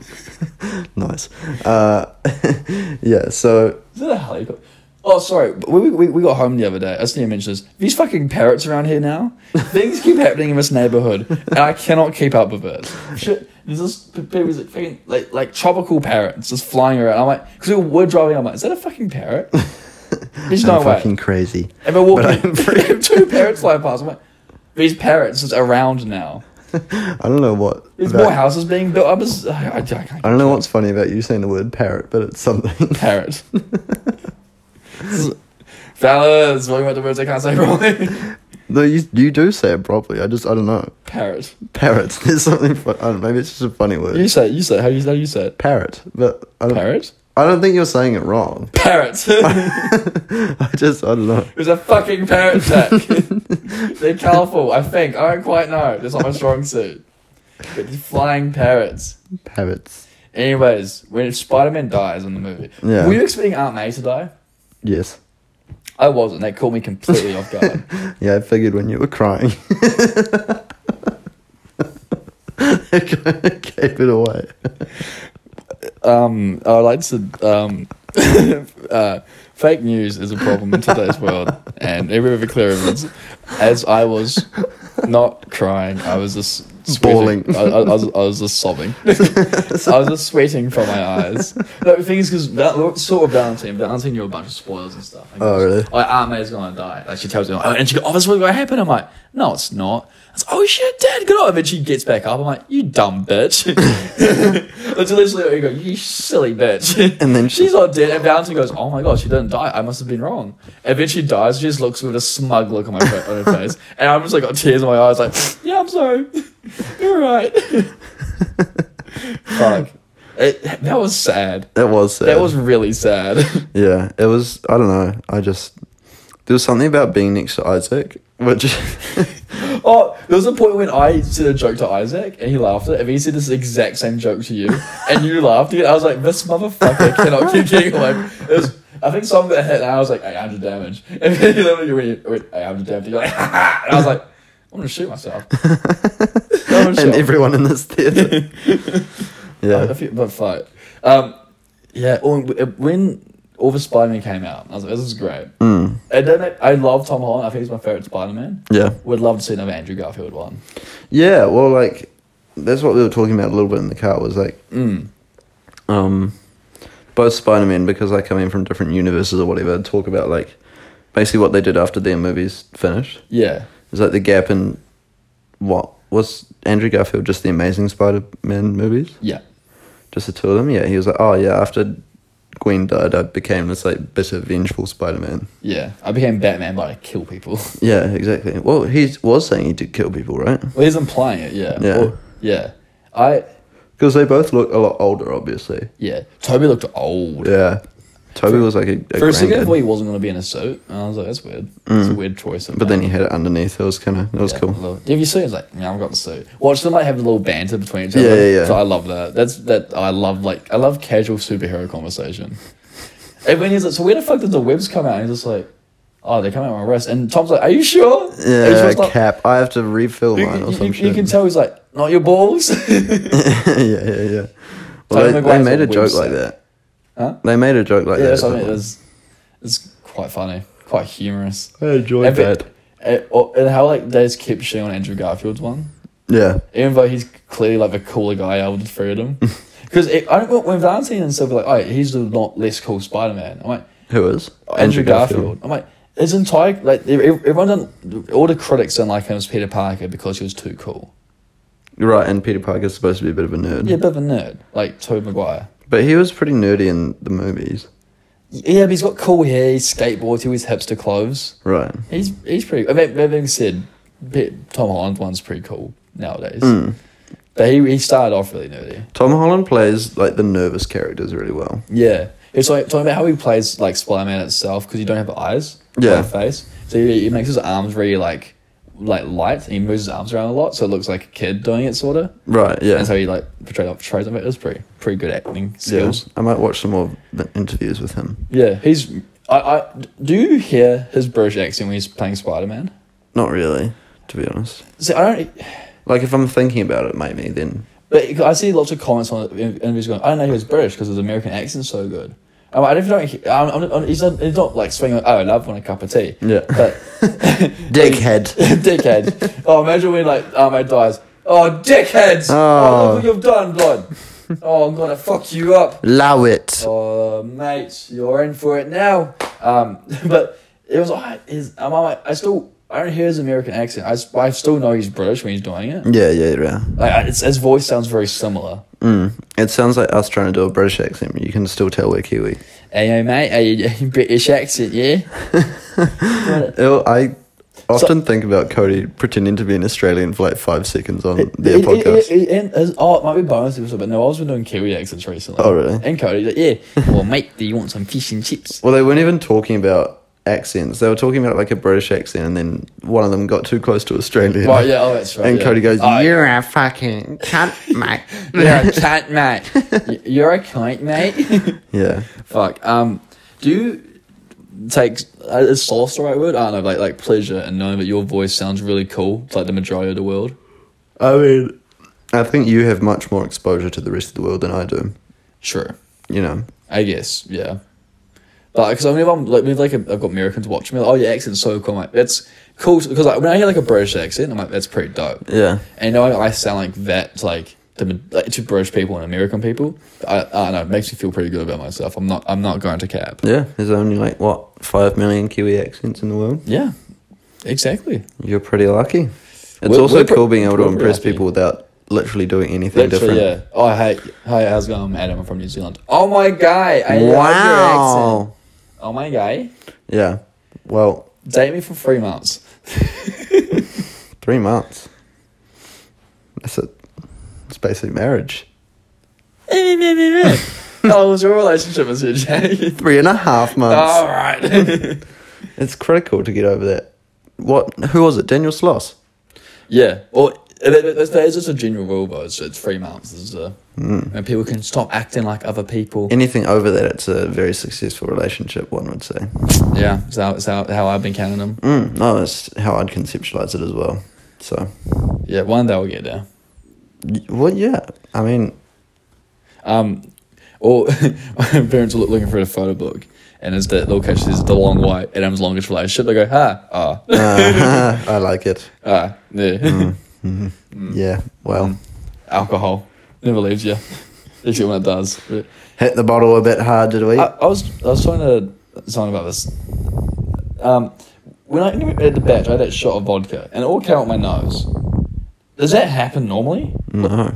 C: Nice. Uh, [laughs] yeah. So
B: is that a helicopter? Oh, sorry. but We, we, we got home the other day. I just need to mention this. These fucking parrots around here now. Things keep [laughs] happening in this neighborhood, and I cannot keep up with it. Shit, there's this people like, fucking- like like tropical parrots just flying around. I'm like, because we were driving. I'm like, is that a fucking [laughs] parrot? There's no
C: I'm
B: way.
C: fucking crazy.
B: If I walk
C: But
B: in, [laughs] two parrots fly past. I'm like, these parrots is around now.
C: I don't know what.
B: There's
C: about-
B: more houses being built up. It's- I, I, I can't [laughs]
C: I don't know what's funny about you saying the word parrot, but it's something. [laughs]
B: parrot. Fellas, what about the words I can't say properly? [laughs]
C: Though you you do say it properly. I just I don't know.
B: parrot.
C: Parrots. [laughs] There's something. Fun, I don't know. Maybe it's just a funny word.
B: You say it, you say it. how do you how do you say it?
C: parrot, but I don't.
B: Parrot.
C: I don't think you're saying it wrong. [laughs]
B: Parrot. [laughs] it
C: I just I don't know.
B: was a fucking parrot attack. [laughs] They're colourful, I think. I don't quite know. That's not my strong suit. But they're flying parrots.
C: Parrots.
B: Anyways, when Spider Man dies in the movie,
C: Yeah.
B: were you expecting Aunt May to die?
C: Yes.
B: I wasn't. That caught me completely off guard.
C: Yeah, I figured when you were crying. [laughs] I kind of gave it [laughs] away.
B: um, I would like to. Um, [laughs] uh, fake news is a problem in
C: [laughs]
B: today's world, and every bit of clear evidence. As I was not crying, I was just sweating.
C: Bawling.
B: I, I, I was, I was just
C: [laughs]
B: sobbing. I was just sweating from my eyes. No, the thing is, because sort of Valentine, Valentine, you're a bunch of spoilers and stuff. And
C: Oh,
B: goes,
C: really?
B: Like, Aunt May's gonna die. Like, she tells me, oh, and she goes, oh, that's what's gonna happen. I'm like, no, it's not. I was like, oh shit, dad, good on. And then she gets back up. I'm like, you dumb
C: [laughs]
B: bitch. That's literally what you go, you silly bitch.
C: [laughs] And then she-
B: she's not dead. And Valentine goes, oh my god, she didn't die. I must have been wrong. And then she dies. She just looks with a smug look on, my fa- on her
C: [laughs]
B: face. And I'm just like, got tears in my eyes, like, yeah, I'm sorry. [laughs] You're
C: [laughs]
B: right. Fuck. It, that was sad.
C: That was sad.
B: That was really sad. [laughs]
C: Yeah, it was. I don't know. I just there was something about being next to Isaac, which
B: oh, there was a point when I said a joke to Isaac and he laughed at it, and he said this exact same joke to
C: [laughs]
B: you, and you laughed at it. I was like, this motherfucker cannot keep getting away. It was, I think someone got hit, and I was like, 800 damage. [laughs] And then he literally went, went [laughs] 800 damage. You're like, and I was like, I'm gonna shoot myself. I'm gonna shoot
C: [laughs] [laughs] and everyone in this theater.
B: I
C: yeah,
B: feel- but fuck. Um, yeah, or- when all the Spider Man came out, I was like, this is great. And then I, I love Tom Holland. I think he's my favorite Spider Man.
C: Mm. yeah,
B: Would love to see another Andrew Garfield one.
C: yeah. Well, like that's what we were talking about a little bit in the car. Was like, um, both Spider Man because they come in from different universes or whatever. Talk about like basically what they did after their movies finished.
B: Yeah.
C: It's like the gap in what was Andrew Garfield just the Amazing Spider Man movies.
B: Yeah.
C: Just the two of them. Yeah, he was like, oh yeah. After Gwen died, I became this like bitter, vengeful Spider-Man.
B: Yeah. I became Batman by I kill people. [laughs]
C: Yeah, exactly. Well, he was saying he did kill people, right?
B: well, he's implying it, yeah.
C: Yeah.
B: Or- yeah. I
C: Because they both look a lot older, obviously.
B: yeah. Toby looked old.
C: Yeah, Toby was like a, a
B: For a second I
C: grandkid.
B: thought he wasn't gonna be in a suit. And I was like, that's weird. It's a weird choice.
C: Mm. but then he had it underneath. It was kind of it was
B: Yeah,
C: cool.
B: Little, if you see, it's like, yeah, I've got the suit. Watch them like have a little banter between each
C: Yeah,
B: other.
C: yeah, yeah.
B: So I love that. That's that. I love like I love casual superhero conversation. [laughs] and when he's like, so where the fuck did the webs come out? And he's just like, oh, they come out of my wrist. And Tom's like, are you sure? And he's
C: Yeah,
B: just like-
C: cap. I have to refill
B: You,
C: mine or
B: you-
C: some
B: you-
C: shit.
B: you
C: [laughs]
B: can tell he's like, not your balls. yeah,
C: yeah, yeah, yeah.
B: Tobey
C: Well, they, they
B: Maguire's
C: made
B: a
C: a joke
B: website.
C: like that.
B: Huh?
C: They made a joke like
B: that's
C: that.
B: what I mean. It's, it's quite funny, quite humorous.
C: I enjoyed
B: And it- and- or- and how like they just kept shitting on Andrew Garfield's one.
C: Yeah,
B: even though he's clearly like the cooler guy out of the three of them. Because I don't know when Valentine and stuff are like, oh, he's the not less cool Spider Man. I'm like,
C: who is
B: Andrew Garfield. I'm like, his entire e, like ev- ev- everyone done all the critics didn't like him as Peter Parker because he was too cool.
C: You're right, and Peter Parker's supposed to be a bit of a nerd.
B: Yeah, a bit of a nerd, like Tobey Maguire.
C: But he was pretty nerdy in the movies.
B: Yeah, but he's got cool hair. He skateboards. He wears hipster clothes.
C: Right.
B: He's he's pretty. I mean, that being said, Pe- Tom Holland one's pretty cool nowadays.
C: Hmm.
B: But he he started off really nerdy.
C: Tom Holland plays like the nervous characters really well.
B: Yeah, it's like talking about how he plays like Spider Man itself because you don't have eyes. or
C: Yeah.
B: a face. So he, he makes his arms really like like light. And he moves his arms around a lot, so it looks like a kid doing it sort of.
C: Right, yeah.
B: And so he like portrays portrays him. It was pretty pretty good acting
C: yeah.
B: skills.
C: I might watch some more th- interviews with him.
B: Yeah, he's. I, I do you hear his British accent when he's playing Spider Man?
C: Not really, to be honest.
B: See, I don't.
C: Like if I'm thinking about it, maybe then.
B: But I see lots of comments on it, and he's going, I don't know he was British because his American accent's so good. I'm like, I don't, I don't I'm, I'm, I'm, he's, not, he's not like swinging, oh, I love when a cup of tea.
C: Yeah.
B: But, [laughs]
C: Dickhead. [laughs]
B: dickhead. oh, imagine when like Armad dies. Oh, dickheads!
C: Oh.
B: Oh, look what you've done, blood. Oh, I'm gonna fuck you up.
C: Allow it.
B: Oh, mate, you're in for it now. Um, [laughs] but it was, I, his, I'm, I, I still, I don't hear his American accent. I, s- I still know he's British when he's doing it.
C: Yeah, yeah, yeah.
B: Like, I- it's, his voice sounds very similar.
C: Mm. It sounds like us trying to do a British accent. You can still tell we're Kiwi.
B: Hey, mate, are [laughs] you British accent, yeah?
C: Oh, I often think about Cody pretending to be an Australian for like five seconds on their
B: He- he-
C: podcast.
B: he- he- and his- oh, it might be bonus episode, but no, I've been doing Kiwi accents recently.
C: Oh, really?
B: And Cody's like, yeah. well, mate, do you want some fish and chips?
C: well, they weren't even talking about accents. They were talking about like a British accent, and then one of them got too close to Australian.
B: Right, yeah,
C: [laughs]
B: oh, that's right.
C: And
B: yeah.
C: Cody goes,
B: Oh,
C: "You're a fucking cunt, mate."
B: [laughs] You're a cunt,
C: [laughs]
B: mate. Y- You're a cunt, mate. [laughs]
C: yeah.
B: Fuck. Um, do you take uh, is sauce the right word? I don't know, like like pleasure and knowing that your voice sounds really cool to like the majority of the world.
C: I mean, I think you have much more exposure to the rest of the world than I do.
B: Sure.
C: You know.
B: I guess, yeah. But because I mean, if I'm like, if, like I've got Americans watching me, like, oh, your accent's so cool. I'm like, that's cool because like, when I hear like a British accent, I'm like, that's pretty dope.
C: Yeah.
B: And I, I sound like that, to, like to, like to British people and American people. I, I don't know. It makes me feel pretty good about myself. I'm not. I'm not going to cap.
C: Yeah. There's only like what five million Kiwi accents in the world.
B: Yeah, exactly.
C: You're pretty lucky. It's
B: We're-
C: also
B: we're pre-
C: cool being able to
B: we're
C: impress
B: lucky.
C: people without literally doing anything
B: Literally,
C: different.
B: yeah. Oh, hey, hey, how's it going? I'm Adam. I'm from New Zealand. Oh my guy. I love your accent.
C: Wow.
B: Oh my guy.
C: Yeah. Well,
B: Date me for three
C: [laughs]
B: months.
C: three months. That's it. It's basically marriage.
B: How was your relationship with you, Jay?
C: Three and a half months.
B: All right.
C: Uh, It's critical to get over that. What? Who was it? Daniel Sloss.
B: [laughs] yeah. Well, it- it- it- there's just a general rule, though. It's, it's three months. Is, uh,
C: Hmm.
B: And people can stop acting like other people.
C: Anything over that, it's a very successful relationship. One would say.
B: yeah. It's how, it's how, how I've been counting them.
C: Mm, no, that's how I'd conceptualize it as well. So,
B: Yeah. One day I'll get there.
C: y- well, yeah. I mean,
B: Um, or [laughs] my parents were looking for a photo book. And it's the little catch is the long way, Adam's longest relationship. They go, ha, ah, ah,
C: uh, [laughs] I like it.
B: yeah.
C: Yeah. Well.
B: [laughs] Alcohol never leaves you, [laughs] except when it does. But-
C: Hit the bottle a bit hard, did we?
B: I, I was I was talking to someone about this. Um, when I at the batch, I had that shot of vodka, and it all came out my nose. Does that happen normally?
C: no.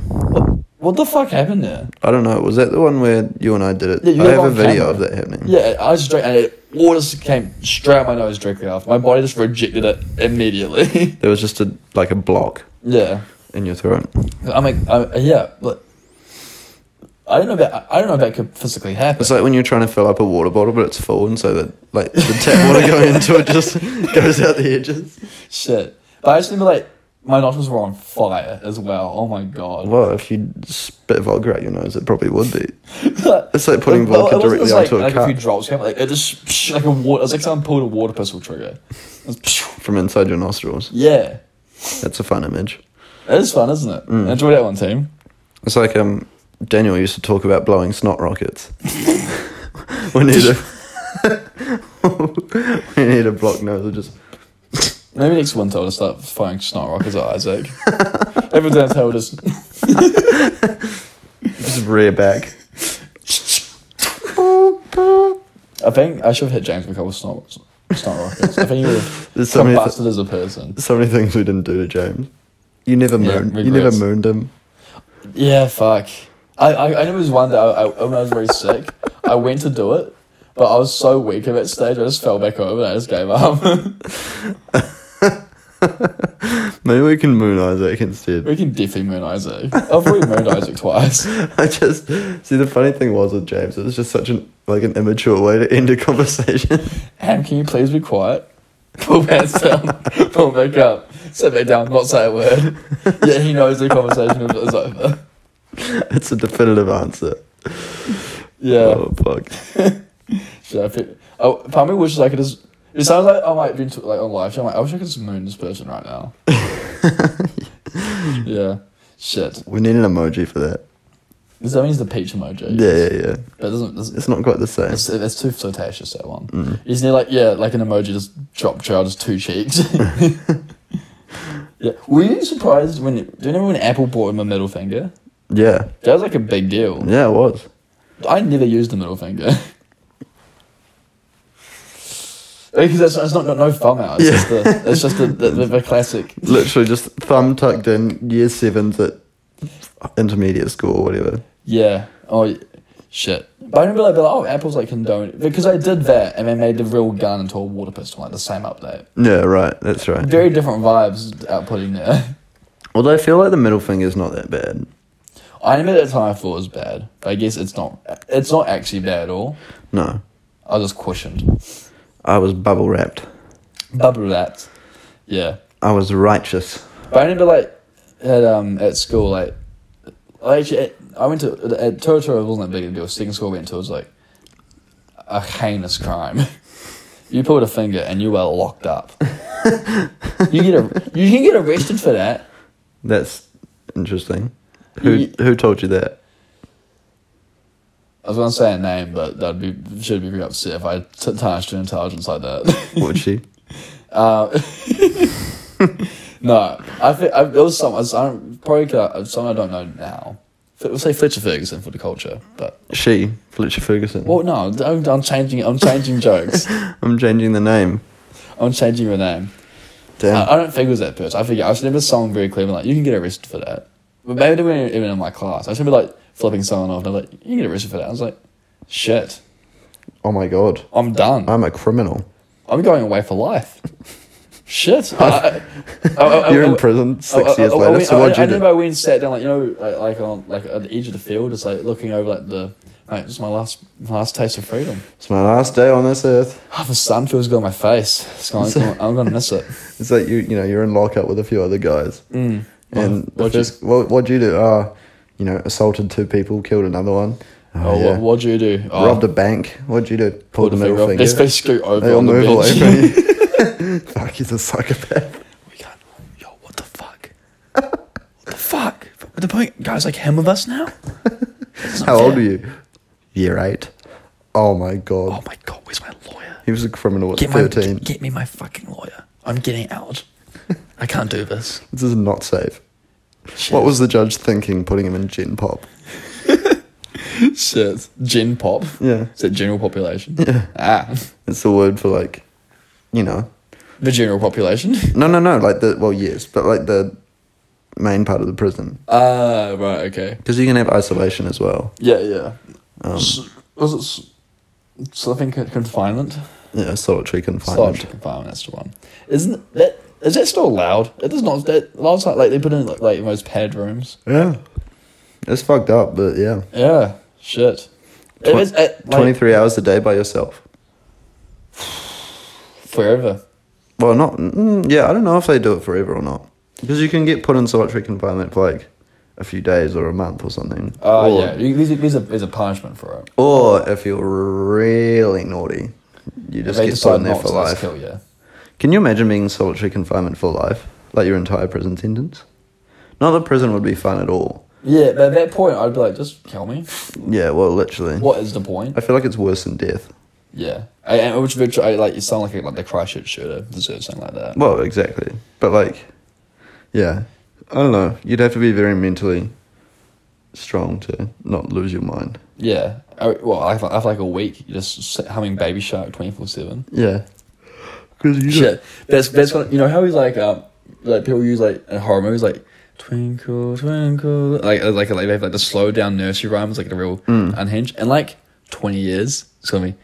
B: What the fuck happened there?
C: I don't know. Was that the one where you and I did it?
B: Yeah, you
C: I
B: had
C: have a
B: it on
C: video
B: camera.
C: of that happening.
B: Yeah, I just drank, and it all just came straight out my nose directly after. My body just rejected it immediately. [laughs]
C: There was just a like a block
B: yeah,
C: in your throat.
B: I'm like, i yeah, but I don't know about I don't know if that could physically happen.
C: It's like when you're trying to fill up a water bottle, but it's full, and so that like the tap water going into it just [laughs] goes out the edges.
B: Shit, but I just remember like my nostrils were on fire as well. Oh my god. [laughs]
C: Well, if you spit vodka out your nose, it probably would be.
B: it's
C: like putting vodka directly
B: like,
C: onto a
B: like
C: cup.
B: few drops came, like it just psh, like a water. It's like someone pulled a water pistol trigger. It was psh.
C: From inside your nostrils.
B: yeah,
C: That's a fun image.
B: it is fun, isn't it?
C: Mm.
B: Enjoy that one, team.
C: It's like um Daniel used to talk about blowing snot rockets. [laughs] we need a [laughs] we need a block nose. Just
B: Maybe next winter I'll just start firing snot rockets at Isaac. [laughs] Every time I would just
C: just rear back.
B: I think I should have hit James with a couple of snot snot rockets. I think he would have
C: [laughs] There's so many, th-
B: busted as a person.
C: so many things we didn't do to James. You never
B: Yeah,
C: mooned. you never
B: regrets.
C: mooned him.
B: Yeah, fuck. I, I, I know there was one that I, I, when I was very sick, I went to do it, but I was so weak at that stage, I just fell back over and I just gave up. [laughs]
C: Maybe we can moon Isaac
B: [laughs]
C: instead.
B: we can definitely moon Isaac. I've already mooned Isaac twice.
C: I just see the funny thing was with James, it was just such an like an immature way to end a conversation. [laughs]
B: Ham, can you please be quiet? Pull back down, pull back up, sit back down, not say a word. Yeah, he knows the conversation is over.
C: it's a definitive answer.
B: Yeah.
C: Oh fuck.
B: Shit, I feel, oh, part of me wishes I could just. It sounds like I might be into, like on live. I'm like, I wish I could just moon this person right now. yeah. Shit.
C: We need an emoji for that.
B: Does that mean it's the peach emoji?
C: Yeah, yeah, yeah.
B: But it doesn't. doesn't
C: It's not quite the same.
B: it's, it's too flirtatious that one. Isn't it like yeah, like an emoji just drop child just two cheeks? yeah. Were you surprised when? Do you remember when Apple bought him a middle finger?
C: Yeah.
B: That was like a big deal.
C: Yeah, it was.
B: I never used the middle finger. [laughs] Because that's, that's not got no thumb out. It's
C: Yeah.
B: just the it's just the, the, the, the classic.
C: Literally just thumb tucked in, year sevens at intermediate school or whatever.
B: Yeah. Oh, y- shit. But I remember like, be like, oh, Apple's like condone because I did that and they made the real gun into a water pistol like the same update.
C: Yeah, right. That's right.
B: Very different vibes outputting there. [laughs]
C: Although I feel like the middle finger's not that bad.
B: I remember that time I thought it was bad. But I guess it's not. It's not actually bad at all.
C: No.
B: I was just cushioned.
C: I was bubble wrapped.
B: Bubble that. Yeah.
C: I was righteous.
B: But I remember like at um at school like I actually at, I went to at Totoro it wasn't that big of a deal. Second school I went to was like a heinous crime. [laughs] you pulled a finger and you were locked up. you get a, you can get arrested for that.
C: That's interesting. Who
B: Ye-
C: who told you that?
B: I was gonna say a name, but that'd be should be pretty upset if I t- tarnished your intelligence like that. [laughs]
C: Would she?
B: Uh, no, I think I, there was some. I was- I don't, probably could- uh, some I don't know now. F- We'll say Fletcher Ferguson for the culture, but
C: She, Fletcher Ferguson.
B: Well, no, I'm, I'm changing. I'm changing jokes. [laughs]
C: I'm changing the name.
B: I'm changing your name.
C: Damn.
B: I, I don't think it was that person. I think I was never someone very clever like you can get arrested for that. But maybe they weren't even in my class. I was remember like flipping someone off. and They're like, you can get arrested for that. I was like, shit,
C: oh my god.
B: I'm done.
C: I'm a criminal.
B: I'm going away for life. [laughs] shit. I- I- I- I-
C: [laughs] You're
B: I-
C: in prison six
B: I- I-
C: years
B: I- I
C: later.
B: went-
C: so
B: oh, uh, I,
C: what'd
B: I
C: you do?
B: remember I went and sat down, like you know, like, like on like at the edge of the field, just like looking over like the. Like, this is my last my last taste of freedom.
C: It's my last day on this earth.
B: Half the sun feels good on my face. It's going, I'm gonna miss
C: [laughs]
B: it.
C: It's like you, you know, you're in lockup with a few other guys.
B: Mm.
C: And
B: What-
C: what
B: what'd you-
C: first, what what'd you do? Oh, you know, assaulted two people, killed another one. Oh,
B: Oh,
C: yeah.
B: what, what'd you do? Oh,
C: Robbed a bank. What'd you do? Pulled the middle finger.
B: Let's basically scoot over
C: They'll
B: on the
C: move away
B: bench.
C: from you. [laughs] Fuck, he's a psychopath.
B: [laughs] we can't. Yo, what the fuck? what the fuck? Are the point guys like him with us now? That's not
C: [laughs] How old
B: fair.
C: are you? Year eight. Oh my god.
B: Oh my god, where's my lawyer?
C: He was a criminal at
B: Get my
C: 13.
B: get, get me my fucking lawyer. I'm getting out. I can't do
C: [laughs]
B: this.
C: This is not safe.
B: Shit.
C: What was the judge thinking putting him in gin pop?
B: shit? Gen pop.
C: Yeah.
B: Is that general population? Yeah. Ah,
C: It's the word for like, you know.
B: the general population.
C: No, no, no. Like the, well, yes, but like the main part of the prison.
B: Ah, right. Okay.
C: Because you can have isolation as well.
B: Yeah, yeah. Um, S- was it s- something con- confinement?
C: Yeah,
B: Solitary
C: solitary confinement.
B: confinement. That's the one. Isn't that? Is that still allowed? It is not. That last night, like they put in like, like most padded rooms.
C: Yeah. It's fucked up, but yeah.
B: Yeah. Shit. It
C: Twen-
B: was at, like,
C: 23 hours a day by yourself.
B: forever.
C: Well, not. Mm, yeah, I don't know if they do it forever or not. Because you can get put in solitary confinement for like a few days or a month or something.
B: Uh,
C: or,
B: yeah. You- There's a, there's a there's a punishment for it.
C: Or if you're really naughty, you
B: If
C: just
B: they
C: get put
B: decide
C: in there
B: not
C: for
B: to, let's
C: life.
B: kill you.
C: Can you imagine being in solitary confinement for life? Like your entire prison sentence? Not that prison would be fun at all.
B: Yeah, but at that point, I'd be like, just kill me.
C: Yeah, well, literally.
B: What is the point?
C: I feel like it's worse than death.
B: Yeah, I, I, which which I like. You sound like a, like the Christchurch shooter deserves something like that.
C: Well, exactly. But like, yeah, I don't know. You'd have to be very mentally strong to not lose your mind.
B: Yeah. I, well, I have, I have like a week just s- humming Baby Shark twenty four seven.
C: Yeah, because you
B: Shit. That's that's what, you know how he's like um like people use like in horror movies like twinkle twinkle like uh, like like they have like the slow down nursery rhymes like a real unhinged and like twenty years it's gonna be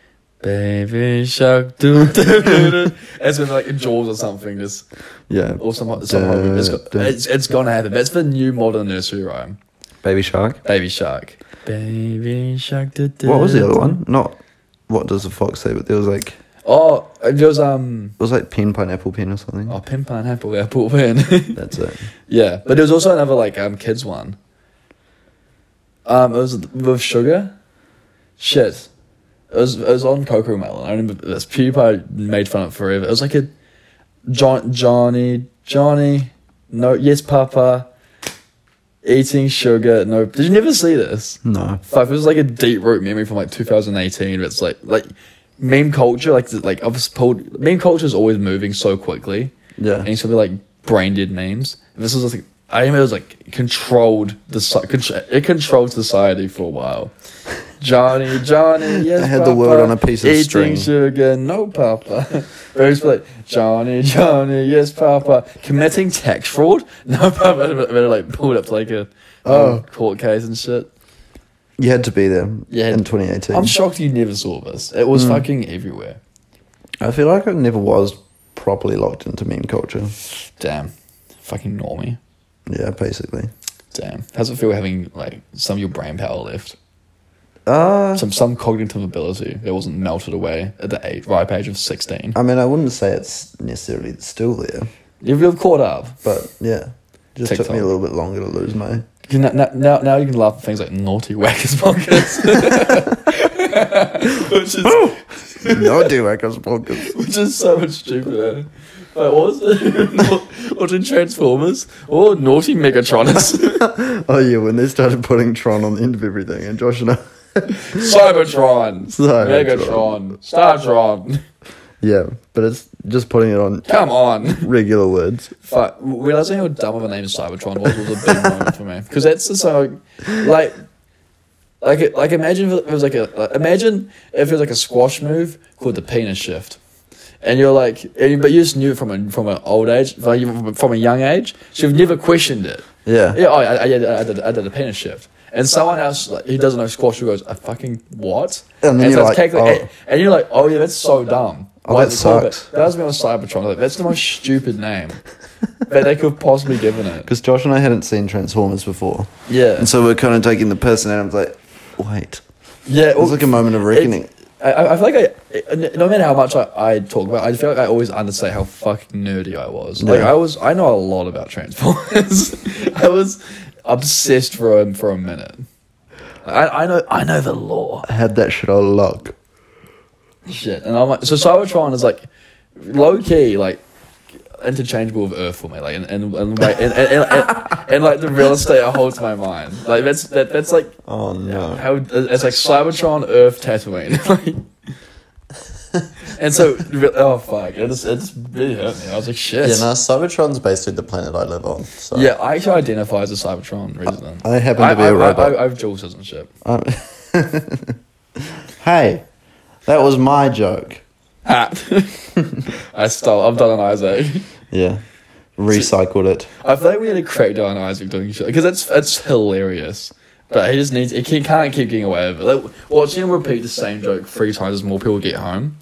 B: baby shark doo doo doo doo it's gonna be like in Jaws or something just
C: Yeah.
B: or some some horror- it's, go- it's it's gonna happen that's the new modern nursery rhyme
C: Baby Shark.
B: baby shark baby shark doo doo
C: What was the other
B: doo.
C: one? Not what does the fox say, but there was like it
B: oh it was um
C: was like pin pineapple pin or something.
B: oh pin pine apple apple pin
C: That's it.
B: [laughs] Yeah, but there was also another like um kids one. Um, it was with sugar. Shit, it was it was on Coco Melon. I remember this. PewDiePie made fun of it forever. It was like a John Johnny Johnny. No, yes, Papa. Eating sugar. No, did you never see this?
C: No.
B: Fuck, it was like a deep root memory from like 2018. It's like like meme culture. Like like I've pulled meme culture is always moving so quickly
C: Yeah.
B: and it's gonna be like brain dead memes. And this was like I remember it was like controlled the so- contr- it controlled society for a while. Johnny,
C: [laughs]
B: Johnny, yes,
C: I had the world
B: Papa,
C: on a piece of
B: eating
C: string.
B: sugar, no, Papa. [laughs] But it's like Johnny, Johnny, yes, Papa, committing tax fraud, [laughs] no, Papa. But they're like pulled up to like a
C: Oh.
B: um, court case and shit.
C: You had to be there
B: You had-
C: in 2018.
B: I'm shocked you never saw this. It was fucking everywhere.
C: I feel like I never was properly locked into meme culture.
B: Damn, fucking normie.
C: Yeah, basically.
B: Damn, how's it feel having like some of your brain power left?
C: Uh,
B: some some cognitive ability that wasn't melted away at the eight, ripe age of sixteen.
C: I mean, I wouldn't say it's necessarily still there,
B: You've you've caught up.
C: but yeah. Just took
B: TikTok.
C: me a little bit longer to lose my. [laughs]
B: You can- Now, now, now you can laugh at things like naughty wackers podcast, which is
C: no, do I got focus.
B: which is so much stupider. Like, what was it? [laughs] Watching Transformers or Naughty Megatronus,
C: [laughs] Oh, yeah, when they started putting Tron on the end of everything, and Josh and I.
B: Cybertron, Megatron,
C: Cybertron.
B: Startron.
C: Yeah, but it's just putting it on
B: Come on! [laughs]
C: regular words.
B: Fuck, realizing how dumb of a name Cybertron was was a big moment for me because that's the so like like like imagine if it was like a like, imagine if it was like a squash move called the penis shift, and you're like and you, but you just knew it from a from an old age like you- from- from a young age, so you've never questioned it.
C: Yeah.
B: Yeah, oh, yeah, I, I, did- I, did, I did a penis shift. And someone else like, who doesn't know squash who goes, a fucking what?
C: And then you're
B: starts
C: like,
B: calculating-
C: oh.
B: and, and you're like, oh yeah, that's so dumb.
C: Oh,
B: Why
C: that
B: did they call it
C: sucks.
B: That That was me on Cybertron. Like, that's the most stupid
C: [laughs]
B: name that they could have possibly given it.
C: Because Josh and I hadn't seen Transformers before.
B: Yeah,
C: And so we're kind of taking the person, and I'm like, wait.
B: yeah.
C: It was like a moment of reckoning.
B: I, I I feel like I, no matter how much I, I talk about, it, I feel like I always understate how fucking nerdy I was. Like
C: Yeah.
B: I was, I know a lot about Transformers. [laughs] I was obsessed for a, for a minute. I, I know, I know the lore.
C: I had that shit on lock.
B: Shit, and I'm like, so Cybertron is like low key, like interchangeable with Earth for me, like, and and and like, and, and, and, and, and, like the real estate I hold to my mind, like that's that that's like
C: Oh, no.
B: how it's like Cybertron, Earth, Tatooine, [laughs] like, and so re- oh fuck, it just it's really hurt me. I was like, shit,
A: Yeah, no, Cybertron's basically the planet I live on. So.
B: Yeah, I actually identify as a Cybertron resident.
C: I happen to be
B: a
C: a robot.
B: I, I, I have dual citizenship.
C: Um, [laughs] hey, that was my joke.
B: Ha. Ah. [laughs] I stole. I've done an Isaac.
C: Yeah. Recycled it.
B: I feel like we had a crackdown on Isaac doing shit because that's that's hilarious. But he just needs he can't, can't keep getting away with it. Like watching him repeat the same joke three times as more people get home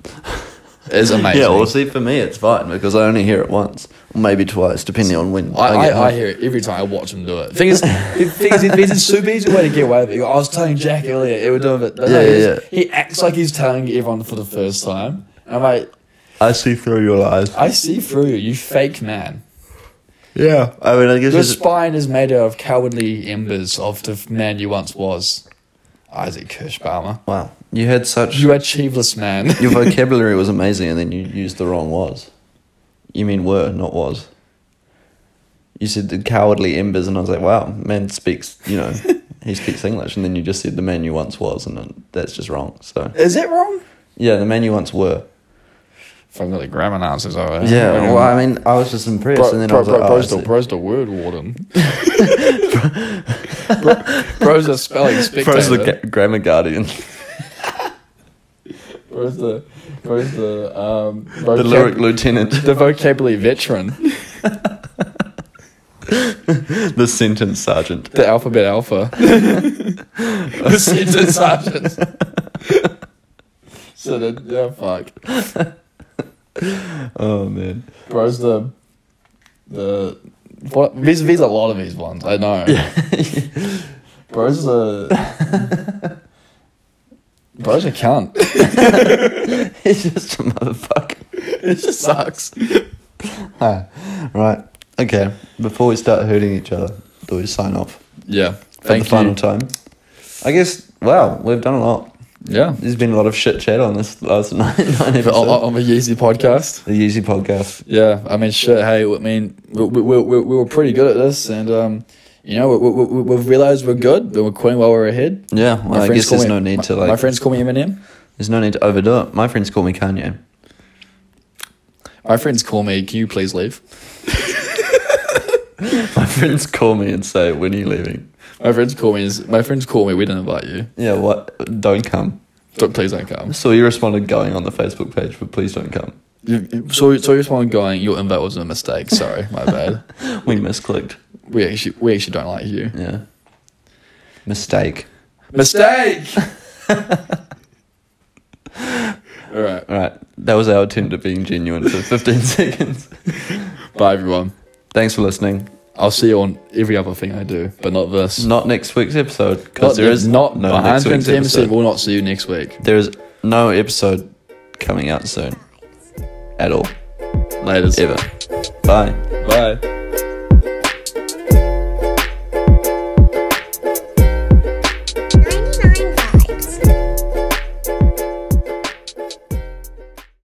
B: is amazing.
C: [laughs] Yeah, well, see, for me, it's fine because I only hear it once, or maybe twice, depending on when
B: I,
C: get home.
B: I, I hear it every time I watch him do it. Thing is, the thing is, there's a super easy way to get away with it. I was telling Jack earlier, it would do it. But no,
C: Yeah,
B: he
C: yeah,
B: just- He acts like he's telling everyone for the first time. And I'm like,
C: I see through your lies.
B: I see through you, you fake man.
C: Yeah. I mean, I guess
B: Your
C: it's,
B: spine is made out of cowardly embers of the man you once was, Isaac Kirschbaumer.
C: wow, you had such
B: You achieveless man.
C: [laughs] your vocabulary was amazing, and then you used the wrong was. You mean were, not was. You said the cowardly embers, and I was like, wow, man speaks, you [laughs] know, he speaks English, and then you just said the man you once was, and then that's just wrong. So
B: Is it wrong?
C: yeah, the man you once were.
B: Fucking got the grammar answers over.
C: Yeah, well, I mean, I was just impressed,
B: Bro,
C: and then
B: bro,
C: I was
B: bro,
C: like, oh, I
B: bro's, the,
C: see.
B: bro's the word
C: [laughs]
B: warden. bro, bro's the spelling spectator.
C: Bro's the ga- grammar guardian,
B: bro's the, bro's the, um, vocab-
C: the lyric lieutenant.
B: the vocabulary veteran.
C: [laughs] the sentence sergeant.
D: The alphabet
C: [laughs]
D: alpha.
B: the sentence sergeants. so then, yeah, fuck.
C: Oh man.
B: Bro's the the what? These these are a lot of these ones. I know.
C: [laughs]
B: Bro's the
C: [laughs]
B: bro's a cunt.
C: He's just a motherfucker.
B: It just
C: [laughs]
B: sucks.
C: Ah, right. Okay. Before we start hurting each other, do we sign off
B: Yeah.
C: at the
B: Thank you.
C: final time? I guess. Wow, we've done a lot.
B: Yeah.
C: There's been a lot of shit chat on this last [laughs] nine, nine
B: On, on
C: episodes.
B: on the Yeezy podcast.
C: The Yeezy podcast.
B: Yeah, I mean, shit. Hey, I mean, we, we, we, we were pretty good at this, and um, you know, we, we, we- we've realized we're good, but we're quitting while we're ahead.
C: Yeah, well, I
B: friends
C: guess
B: call
C: there's
B: me-
C: no need
B: my-
C: to like.
B: My friends call me Eminem.
C: There's no need to overdo it. My friends call me Kanye. [laughs]
B: My friends call me. Can you please leave?
C: My friends call me and say, "When are you leaving?"
B: My friends call me. is- My friends call me. We didn't invite you.
C: Yeah, what? Don't come.
B: Don't, please don't come.
C: So you responded going on the Facebook page, but please don't come.
B: You- you- So, so you're someone going. Your invite was a mistake. Sorry, my
C: [laughs]
B: bad.
C: We misclicked.
B: We actually, we actually don't like you.
C: Yeah. Mistake.
B: Mistake.
C: [laughs]
B: All right.
C: All right, that was our attempt at being genuine for 15 [laughs] seconds.
B: Bye, everyone.
C: Thanks for listening.
B: I'll see you on every other thing I do, but not this.
C: Not next week's episode because there is
B: not no
C: no next week's episode.
B: We'll not see you next week.
C: There is no episode coming out soon at all
B: Later.
C: ever. Bye.
B: Bye.